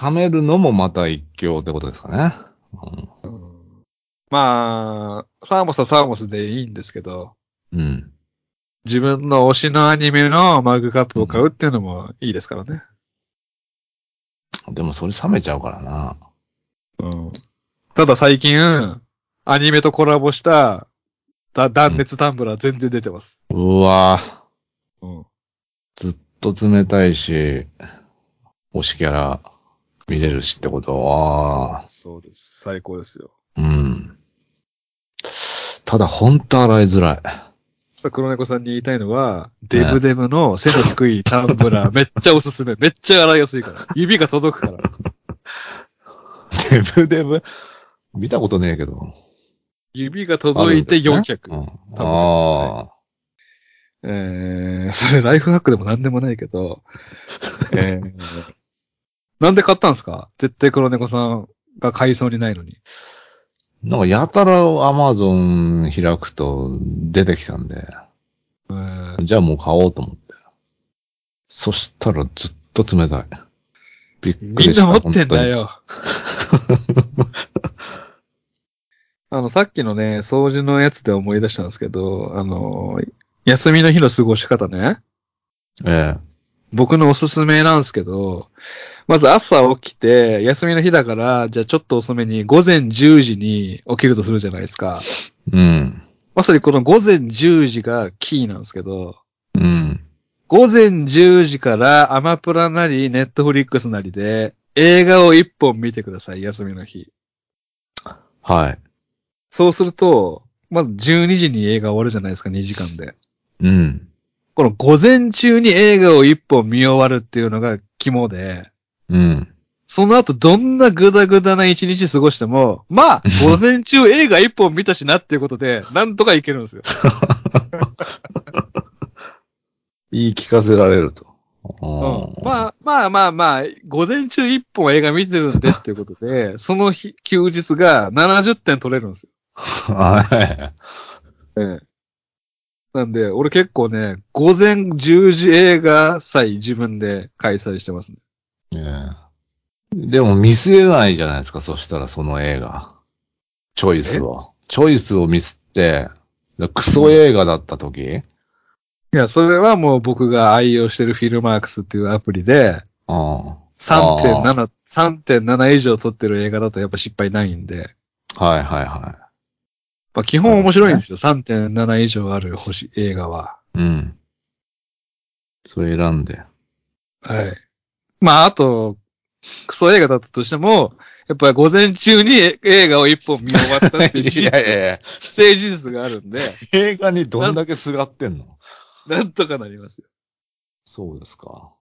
Speaker 2: 冷めるのもまた一興ってことですかね。
Speaker 1: まあ、サーモスはサーモスでいいんですけど、
Speaker 2: うん。うん。
Speaker 1: 自分の推しのアニメのマグカップを買うっていうのもいいですからね。
Speaker 2: でもそれ冷めちゃうからな。
Speaker 1: うん。ただ最近、アニメとコラボした、だ断熱タンブラー全然出てます。
Speaker 2: うわぁ、
Speaker 1: うん。
Speaker 2: ずっと冷たいし、推しキャラ見れるしってことは、
Speaker 1: そうです。最高ですよ。
Speaker 2: うん。ただほんと洗いづらい。
Speaker 1: さあ、黒猫さんに言いたいのは、デブデブの背の低いタンブラー、めっちゃおすすめ。めっちゃ洗いやすいから。指が届くから。
Speaker 2: デブデブ見たことねえけど。
Speaker 1: 指が届いて
Speaker 2: あるんですね
Speaker 1: 400。
Speaker 2: うん、
Speaker 1: 多分
Speaker 2: あ
Speaker 1: えー、それライフハックでも何でもないけど、えー、なんで買ったんすか絶対黒猫さんが買いそうにないのに。
Speaker 2: ーなんかやたらアマゾン開くと出てきたんで、
Speaker 1: えー、
Speaker 2: じゃあもう買おうと思って。そしたらずっと冷たい。びっく
Speaker 1: み
Speaker 2: り
Speaker 1: ん
Speaker 2: した。
Speaker 1: な持ってんだ
Speaker 2: よ。 [laughs]
Speaker 1: よ。あの、さっきのね、掃除のやつで思い出したんですけど、あの、休みの日の過ごし方ね、
Speaker 2: ええ
Speaker 1: 僕のおすすめなんですけど、まず朝起きて、休みの日だから、じゃあちょっと遅めに午前10時に起きるとするじゃないですか。
Speaker 2: うん。
Speaker 1: まさにこの午前10時がキーなんですけど、
Speaker 2: うん。
Speaker 1: 午前10時からアマプラなり、ネットフリックスなりで映画を一本見てください、休みの日。
Speaker 2: はい。
Speaker 1: そうすると、まず12時に映画終わるじゃないですか、2時間で。
Speaker 2: うん。
Speaker 1: この午前中に映画を一本見終わるっていうのが肝で、
Speaker 2: うん。
Speaker 1: その後どんなグダグダな一日過ごしても、まあ、午前中映画一本見たしなっていうことで、なんとかいけるんですよ。
Speaker 2: 言い聞かせられると。
Speaker 1: うん
Speaker 2: あ
Speaker 1: まあまあまあまあ、午前中一本映画見てるんでっていうことで、その日、休日が70点取れるんですよ。
Speaker 2: ー。 [laughs] は
Speaker 1: ええ。なんで、俺結構ね、午前10時映画祭自分で開催してますね。
Speaker 2: い。ええでも見据えないじゃないですか、そしたらその映画。チョイスを。チョイスをミスって、クソ映画だった時、
Speaker 1: いや、それはもう僕が愛用してるフィルマークスっていうアプリで、
Speaker 2: ああ
Speaker 1: 3.7、3.7以上撮ってる映画だとやっぱ失敗ないんで。
Speaker 2: はいはいは
Speaker 1: まあ、基本面白いんですよ。3.7以上ある星映画は。
Speaker 2: い。うん。それ選んで。
Speaker 1: はい。まあ、あと、クソ映画だったとしても、やっぱり午前中にえ映画を一本見終わったっていう事実
Speaker 2: [laughs] いや、
Speaker 1: 不正事実があるんで、
Speaker 2: 映画にどんだけすがってんの
Speaker 1: なんとかなりますよ。
Speaker 2: そうですか。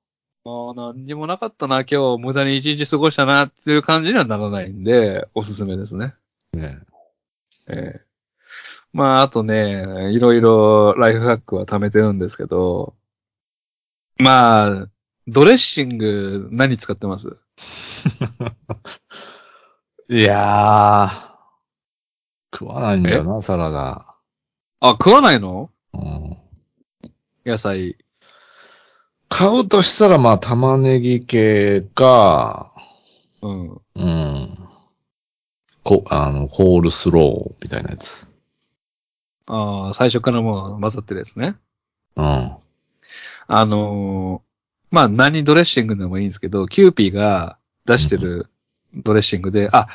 Speaker 1: もう何にもなかったな、今日無駄に一日過ごしたなっていう感じにはならないんで、おすすめですね。
Speaker 2: ね
Speaker 1: ええまあ、あとね、いろいろライフハックは貯めてるんですけど、まあ、ドレッシング何使ってます
Speaker 2: いやー。食わないんだよな、サラダ。
Speaker 1: あ、食わないの
Speaker 2: うん。
Speaker 1: 野菜。
Speaker 2: 買うとしたら、まあ、玉ねぎ系か、
Speaker 1: うん。
Speaker 2: うん。こ、あの、コールスローみたいなやつ。
Speaker 1: ああ、最初からもう混ざってるやつね。
Speaker 2: うん。
Speaker 1: あのーまあ、何ドレッシングでもいいんですけど、キューピーが出してるドレッシングで、あ、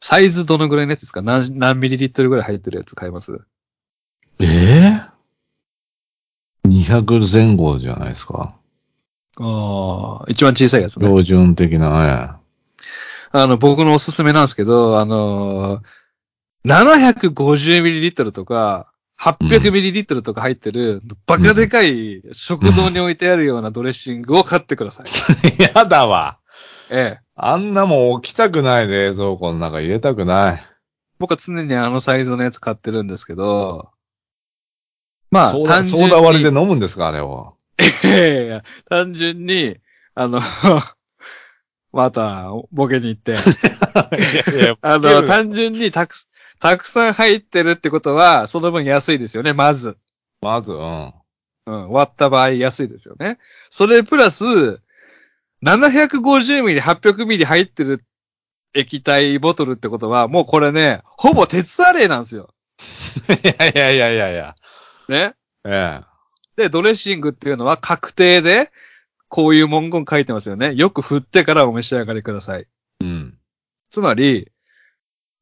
Speaker 1: サイズどのぐらいのやつですか何、何ミリリットルぐらい入ってるやつ買います
Speaker 2: ええ ?200 前後じゃないですか。
Speaker 1: ああ、一番小さいやつね。
Speaker 2: 標準的な、
Speaker 1: あの、僕のおすすめなんですけど、あのー、750ミリリットルとか、800ミリリットルとか入ってる、バカでかい食堂に置いてあるようなドレッシングを買ってください。
Speaker 2: え [laughs] え。やだわ。
Speaker 1: ええ。
Speaker 2: あんなもん置きたくないで、冷蔵庫の中入れたくない。
Speaker 1: 僕は常にあのサイズのやつ買ってるんですけど、まあ、
Speaker 2: ソー
Speaker 1: 単
Speaker 2: ダ、ソ
Speaker 1: 純に。
Speaker 2: ーダ割りで飲むんですか、あれを。
Speaker 1: [laughs] いやいやいや単純に、あの、 [laughs] また、ボケに行って。
Speaker 2: いやいや
Speaker 1: あ
Speaker 2: ボケる
Speaker 1: の、単純にたくす、たくさん入ってるってことは、その分安いですよね、まず。
Speaker 2: ま [laughs] ず、うん。
Speaker 1: うん、割った場合安いですよね。それプラス、750ミリ、800ミリ入ってる液体ボトルってことは、もうこれね、ほぼ鉄アレイなんですよ。
Speaker 2: いやいやいやいやいや。
Speaker 1: ね。
Speaker 2: え
Speaker 1: で、ドレッシングっていうのは確定で、こういう文言書いてますよね。よく振ってからお召し上がりください。
Speaker 2: え。うん。
Speaker 1: つまり、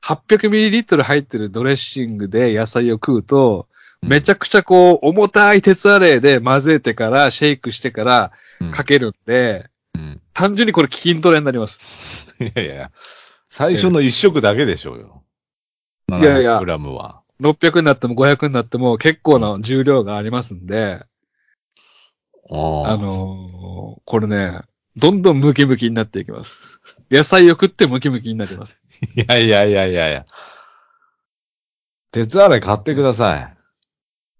Speaker 1: 800ml 入ってるドレッシングで野菜を食うと、めちゃくちゃこう、重たい鉄アレイで混ぜてから、シェイクしてから
Speaker 2: ゃ
Speaker 1: かけるんで、
Speaker 2: うん。
Speaker 1: 単純にこれ筋トレになります。
Speaker 2: [laughs] いやいや。最初の一食だけでしょうよ。
Speaker 1: いやいや
Speaker 2: グラムは。
Speaker 1: 600になっても500になっても結構な重量がありますんで、あ
Speaker 2: あの、
Speaker 1: のーこれね、どんどんムキムキになっていきます。野菜を食ってムキムキになります。
Speaker 2: いやいやいやいやいや。鉄あれ買ってください。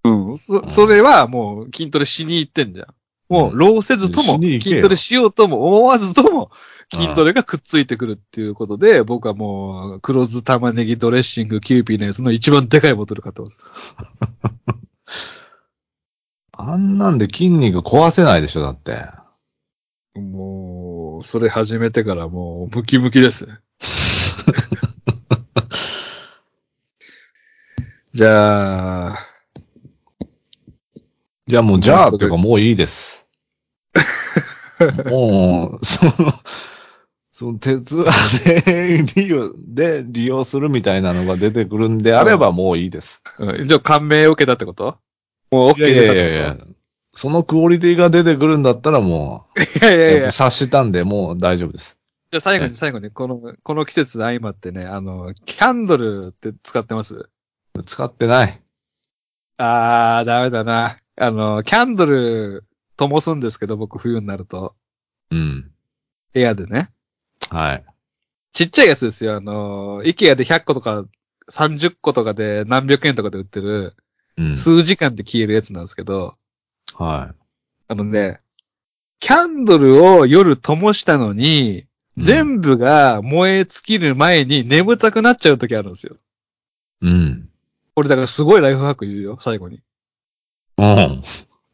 Speaker 1: うん。そ、それはもう筋トレしに行ってんじゃん。も
Speaker 2: う
Speaker 1: う、
Speaker 2: ん
Speaker 1: 労せずと
Speaker 2: し
Speaker 1: も、
Speaker 2: に行けよ
Speaker 1: 筋トレしようとも、思わずとも、筋トレがくっついてくるっていうことで、僕はもう、黒酢玉ねぎドレッシングキューピーのやつの一番でかいボトル買ってます。
Speaker 2: あんなんで筋肉壊せないでしょ、だって。
Speaker 1: もう、それ始めてからもう、ムキムキですね。
Speaker 2: [laughs]
Speaker 1: じゃあ、
Speaker 2: じゃあもう、じゃあっていうかもういいです。
Speaker 1: [laughs]
Speaker 2: もう、その、その鉄あれ利用で利用するみたいなのが出てくるんであればもういいです。
Speaker 1: うんじゃあ感銘を受けたってこともう OK
Speaker 2: いやい
Speaker 1: 出たっ
Speaker 2: やい
Speaker 1: て
Speaker 2: やいや、そのクオリティが出てくるんだったらもう、
Speaker 1: こと。いやいやいや
Speaker 2: 察したんでもう大丈夫です。
Speaker 1: じゃあ最後
Speaker 2: え
Speaker 1: に最後に、この、この季節で相まってね、あの、キャンドルって使ってます
Speaker 2: 使ってない。
Speaker 1: あー、ダメだな。あの、キャンドル、灯すんですけど、僕冬になると、
Speaker 2: うん。
Speaker 1: 部屋でね。
Speaker 2: はい。
Speaker 1: ちっちゃいやつですよ、あの、イケアで100個とか、30個とかで何百円とかで売ってる、
Speaker 2: うん。
Speaker 1: 数時間で消えるやつなんですけど、
Speaker 2: は
Speaker 1: あのね、キャンドルを夜灯したのに、
Speaker 2: うん
Speaker 1: 全部が燃え尽きる前に眠たくなっちゃう時あるんですよ。
Speaker 2: い。うん。
Speaker 1: これだからすごいライフハック言うよ、最後に。 [laughs]
Speaker 2: うん。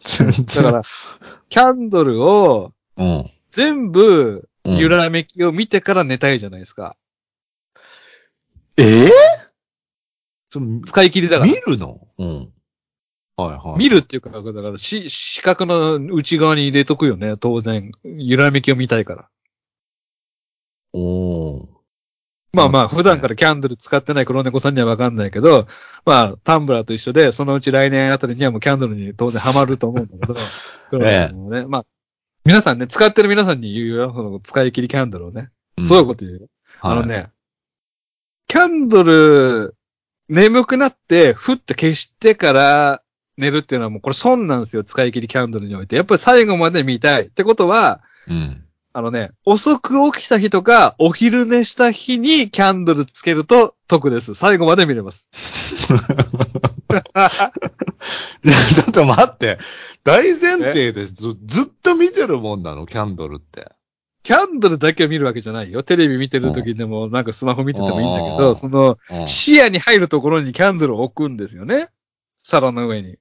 Speaker 2: 全
Speaker 1: だか
Speaker 2: 然。
Speaker 1: ら、 [laughs] キャンドルを
Speaker 2: うん。
Speaker 1: 全部、
Speaker 2: うん
Speaker 1: 揺らめきを見てから寝たいじゃないですか。
Speaker 2: えぇ、それ
Speaker 1: 使い切りだから
Speaker 2: 見。るのうん。はいはい。
Speaker 1: 見るっていうか、だから、し、四角の内側に入れとくよね、当然。揺らめきを見たいから。
Speaker 2: おー。
Speaker 1: まあまあ、普段からキャンドル使ってない黒猫さんにはわかんないけど、まあ、タンブラーと一緒で、そのうち来年あたりにはもうキャンドルに当然ハマると思うんだけ [laughs] ど、黒猫さんもね、まあ、皆さんね、使ってる皆さんに言うよ、その使い切りキャンドルをね。そういうこと言うよ。あの
Speaker 2: はい。
Speaker 1: ね、キャンドル、眠くなって、ふって消してから寝るっていうのはもうこれ損なんですよ、使い切りキャンドルにおいて。やっぱり最後まで見たい。ってことは、
Speaker 2: うん。
Speaker 1: あのね、遅く起きた日とか、お昼寝した日にキャンドルつけると得です。最後まで見れます。
Speaker 2: いやちょっと待って。大前提です。ずずっと見てるもんなの、キャンドルって。
Speaker 1: キャンドルだけを見るわけじゃないよ。テレビ見てる時でも、なんかスマホ見ててもいいんだけ
Speaker 2: う
Speaker 1: ど、
Speaker 2: ん
Speaker 1: その、
Speaker 2: うん
Speaker 1: 視野に入るところにキャンドルを置くんですよね。皿の上に。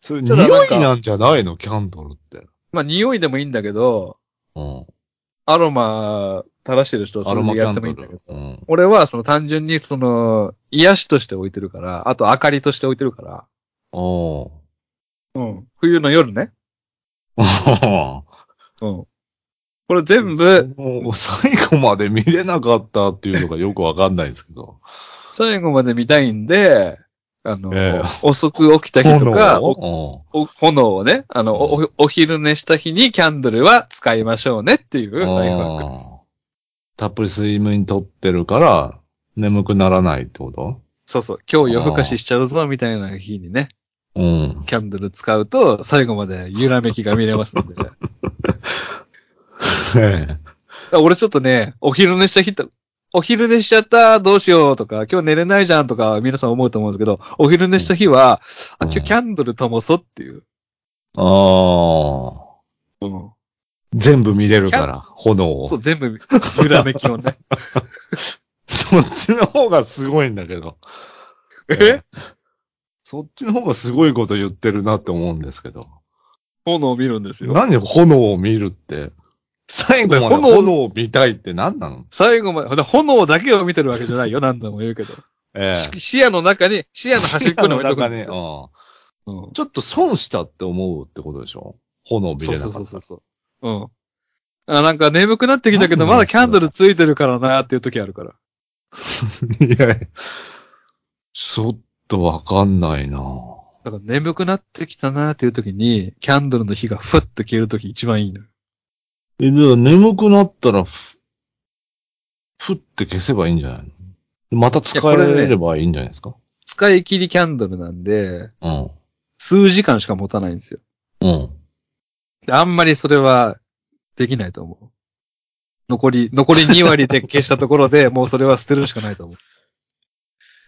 Speaker 2: それ
Speaker 1: ただなん
Speaker 2: 匂
Speaker 1: か
Speaker 2: いなんじゃないの、キャンドルって。
Speaker 1: まあ、匂いでもいいんだけど、
Speaker 2: うん。
Speaker 1: アロマ垂らしてる人は
Speaker 2: ア
Speaker 1: そ
Speaker 2: ロ
Speaker 1: れ
Speaker 2: マ
Speaker 1: で
Speaker 2: キ
Speaker 1: や
Speaker 2: ャ
Speaker 1: って
Speaker 2: ン
Speaker 1: もいい
Speaker 2: ド
Speaker 1: んだけ
Speaker 2: ル
Speaker 1: ど。。
Speaker 2: うん。
Speaker 1: 俺はその単純にその癒しとして置いてるから、あと明かりとして置いてるから。
Speaker 2: おー。
Speaker 1: うん。冬の夜ね。
Speaker 2: お
Speaker 1: うん。これ全部、
Speaker 2: ーもう最後まで見れなかったっていうのがよくわかんないですけど。
Speaker 1: 最後まで見たいんで、あの、
Speaker 2: ええ
Speaker 1: 遅く起きた日とか、お
Speaker 2: 炎
Speaker 1: お炎をね、あの、お、おお昼寝した日にキャンドルは使いましょうねっていう
Speaker 2: うん
Speaker 1: ライフワークです。
Speaker 2: たっぷり睡眠とってるから、眠くならないってこと
Speaker 1: そうそう。今日夜更かししちゃうぞみたいな日にね、 [laughs]
Speaker 2: うん。
Speaker 1: キャンドル使うと最後まで揺らめきが見れますので。
Speaker 2: ええ
Speaker 1: だから俺ちょっとね、お昼寝した日と、お昼寝しちゃった、どうしようとか、今日寝れないじゃんとか、皆さん思うと思うんですけど、お昼寝した日は、あ、
Speaker 2: うん
Speaker 1: 今日キャンドル灯そうっていう。
Speaker 2: ああ。全部見れるから、炎を
Speaker 1: そう、。全部、揺らめきをね。
Speaker 2: [laughs] そっちの方がすごいんだけど。
Speaker 1: え
Speaker 2: そっちの方がすごいこと言ってるなって思うんですけど。
Speaker 1: [laughs] 炎を見るんですよ。
Speaker 2: 何炎を見るって。最後まで
Speaker 1: 炎
Speaker 2: 炎を見たいって何なの
Speaker 1: 最後まで、ほら炎だけを見てるわけじゃないよ、何度も言うけど。
Speaker 2: ええ。
Speaker 1: し視野の中に、視野の端っこに置いとく
Speaker 2: 中
Speaker 1: ん
Speaker 2: ね、
Speaker 1: です
Speaker 2: うん。ち
Speaker 1: よ。
Speaker 2: ょ
Speaker 1: うん
Speaker 2: っと損したって思うってことでしょ炎を見れ
Speaker 1: そう
Speaker 2: な
Speaker 1: そう
Speaker 2: かった。
Speaker 1: そうそうそう。うん。あ、なんか眠くなってきたけど、まだキャンドルついてるからなっていう時あるから。
Speaker 2: [laughs] いやいやちょっとわかんないな
Speaker 1: だから眠くなってきたなーっていう時に、キャンドルの火がふっと消える時一番いいのよ。
Speaker 2: え、じゃあ眠くなったら、ふ、ふって消せばいいんじゃないのまた使えればいいんじゃないですか、
Speaker 1: 使い切りキャンドルなんで、数時間しか持たないんですよ。
Speaker 2: うん。うん。
Speaker 1: であんまりそれはできないと思う。残り、残り2割で消したところで、もうそれは捨てるしかないと思う。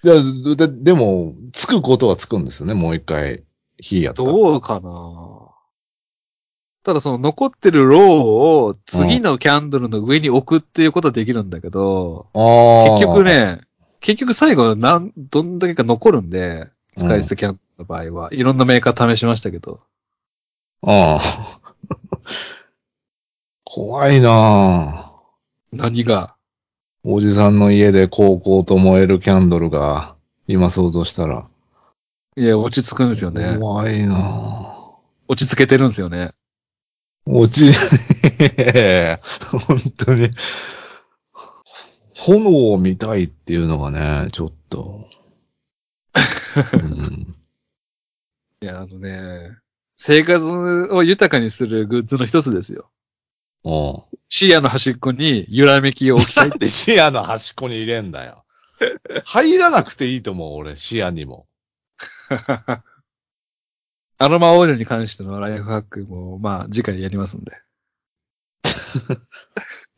Speaker 2: いや、で、でも、つくことはつくんですよね、もう一回、火やったら。
Speaker 1: どうかなただその残ってるローを次のキャンドルの上に置くっていうことはできるんだけど、
Speaker 2: ああ。
Speaker 1: 結局。ね、結局最後なん、どんだけか残るんで、使い捨てキャンドルの場合は、いろんなメーカー試しましたけど、
Speaker 2: ああ。 [laughs] 怖いなあ
Speaker 1: 何が、
Speaker 2: おじさんの家で高校と燃えるキャンドルが、今想像したら。
Speaker 1: いや、落ち着くんですよね。
Speaker 2: 怖いなあ
Speaker 1: 落ち着けてるんですよね。
Speaker 2: 落ち、 [laughs] 本当に。炎を見たいっていうのがね、ちょっと。うん
Speaker 1: いや、あのね、生活を豊かにするグッズの一つですよ。
Speaker 2: うん
Speaker 1: 視野の端っこに揺らめきを置きたい [laughs]
Speaker 2: なんで視野の端っこに入れんだよ。入らなくていいと思う、俺、視野にも。
Speaker 1: アロマオイルに関してのライフハックも、まあ、次回やりますんで。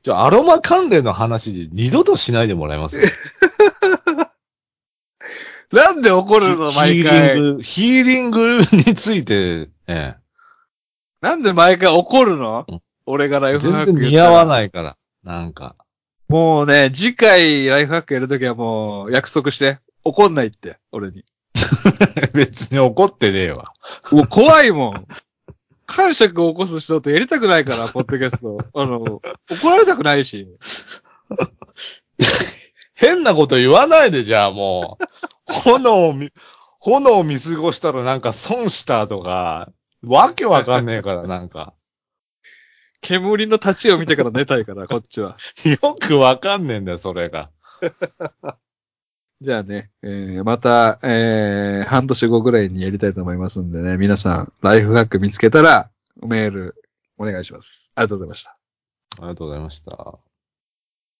Speaker 2: じゃアロマ関連の話、二度としないでもらえます
Speaker 1: [laughs] なんで怒るの毎
Speaker 2: ヒーリ
Speaker 1: 回。
Speaker 2: ング、ヒーリングについて、え
Speaker 1: なんで毎回怒るの
Speaker 2: うん
Speaker 1: 俺がラ
Speaker 2: え、
Speaker 1: イフハッ
Speaker 2: 全
Speaker 1: ク
Speaker 2: 然
Speaker 1: 言ったら
Speaker 2: 似合わないから、なんか。 [laughs]
Speaker 1: もうね、次回ライフハックやるときはもう約束して。怒んないって、俺に。
Speaker 2: 別に怒ってねえわ。
Speaker 1: もう怖いもん。感触を起こす人とやりたくないから、ポッドキャスト。あの、怒られたくないし。
Speaker 2: 変なこと言わないで、じゃあ
Speaker 1: [laughs]
Speaker 2: もう。炎を見、炎を見過ごしたらなんか損したとか、わけわかんねえから、なんか。
Speaker 1: 煙の立ちを見てから寝たいから、こっちは。
Speaker 2: [laughs] よくわかんねえんだよ、それが。
Speaker 1: じゃあね、えー、また、えー、半年後ぐらいにやりたいと思いますんでね、皆さん、ライフハック見つけたら、メール、お願いします。ありがとうございました。
Speaker 2: ありがとうございました。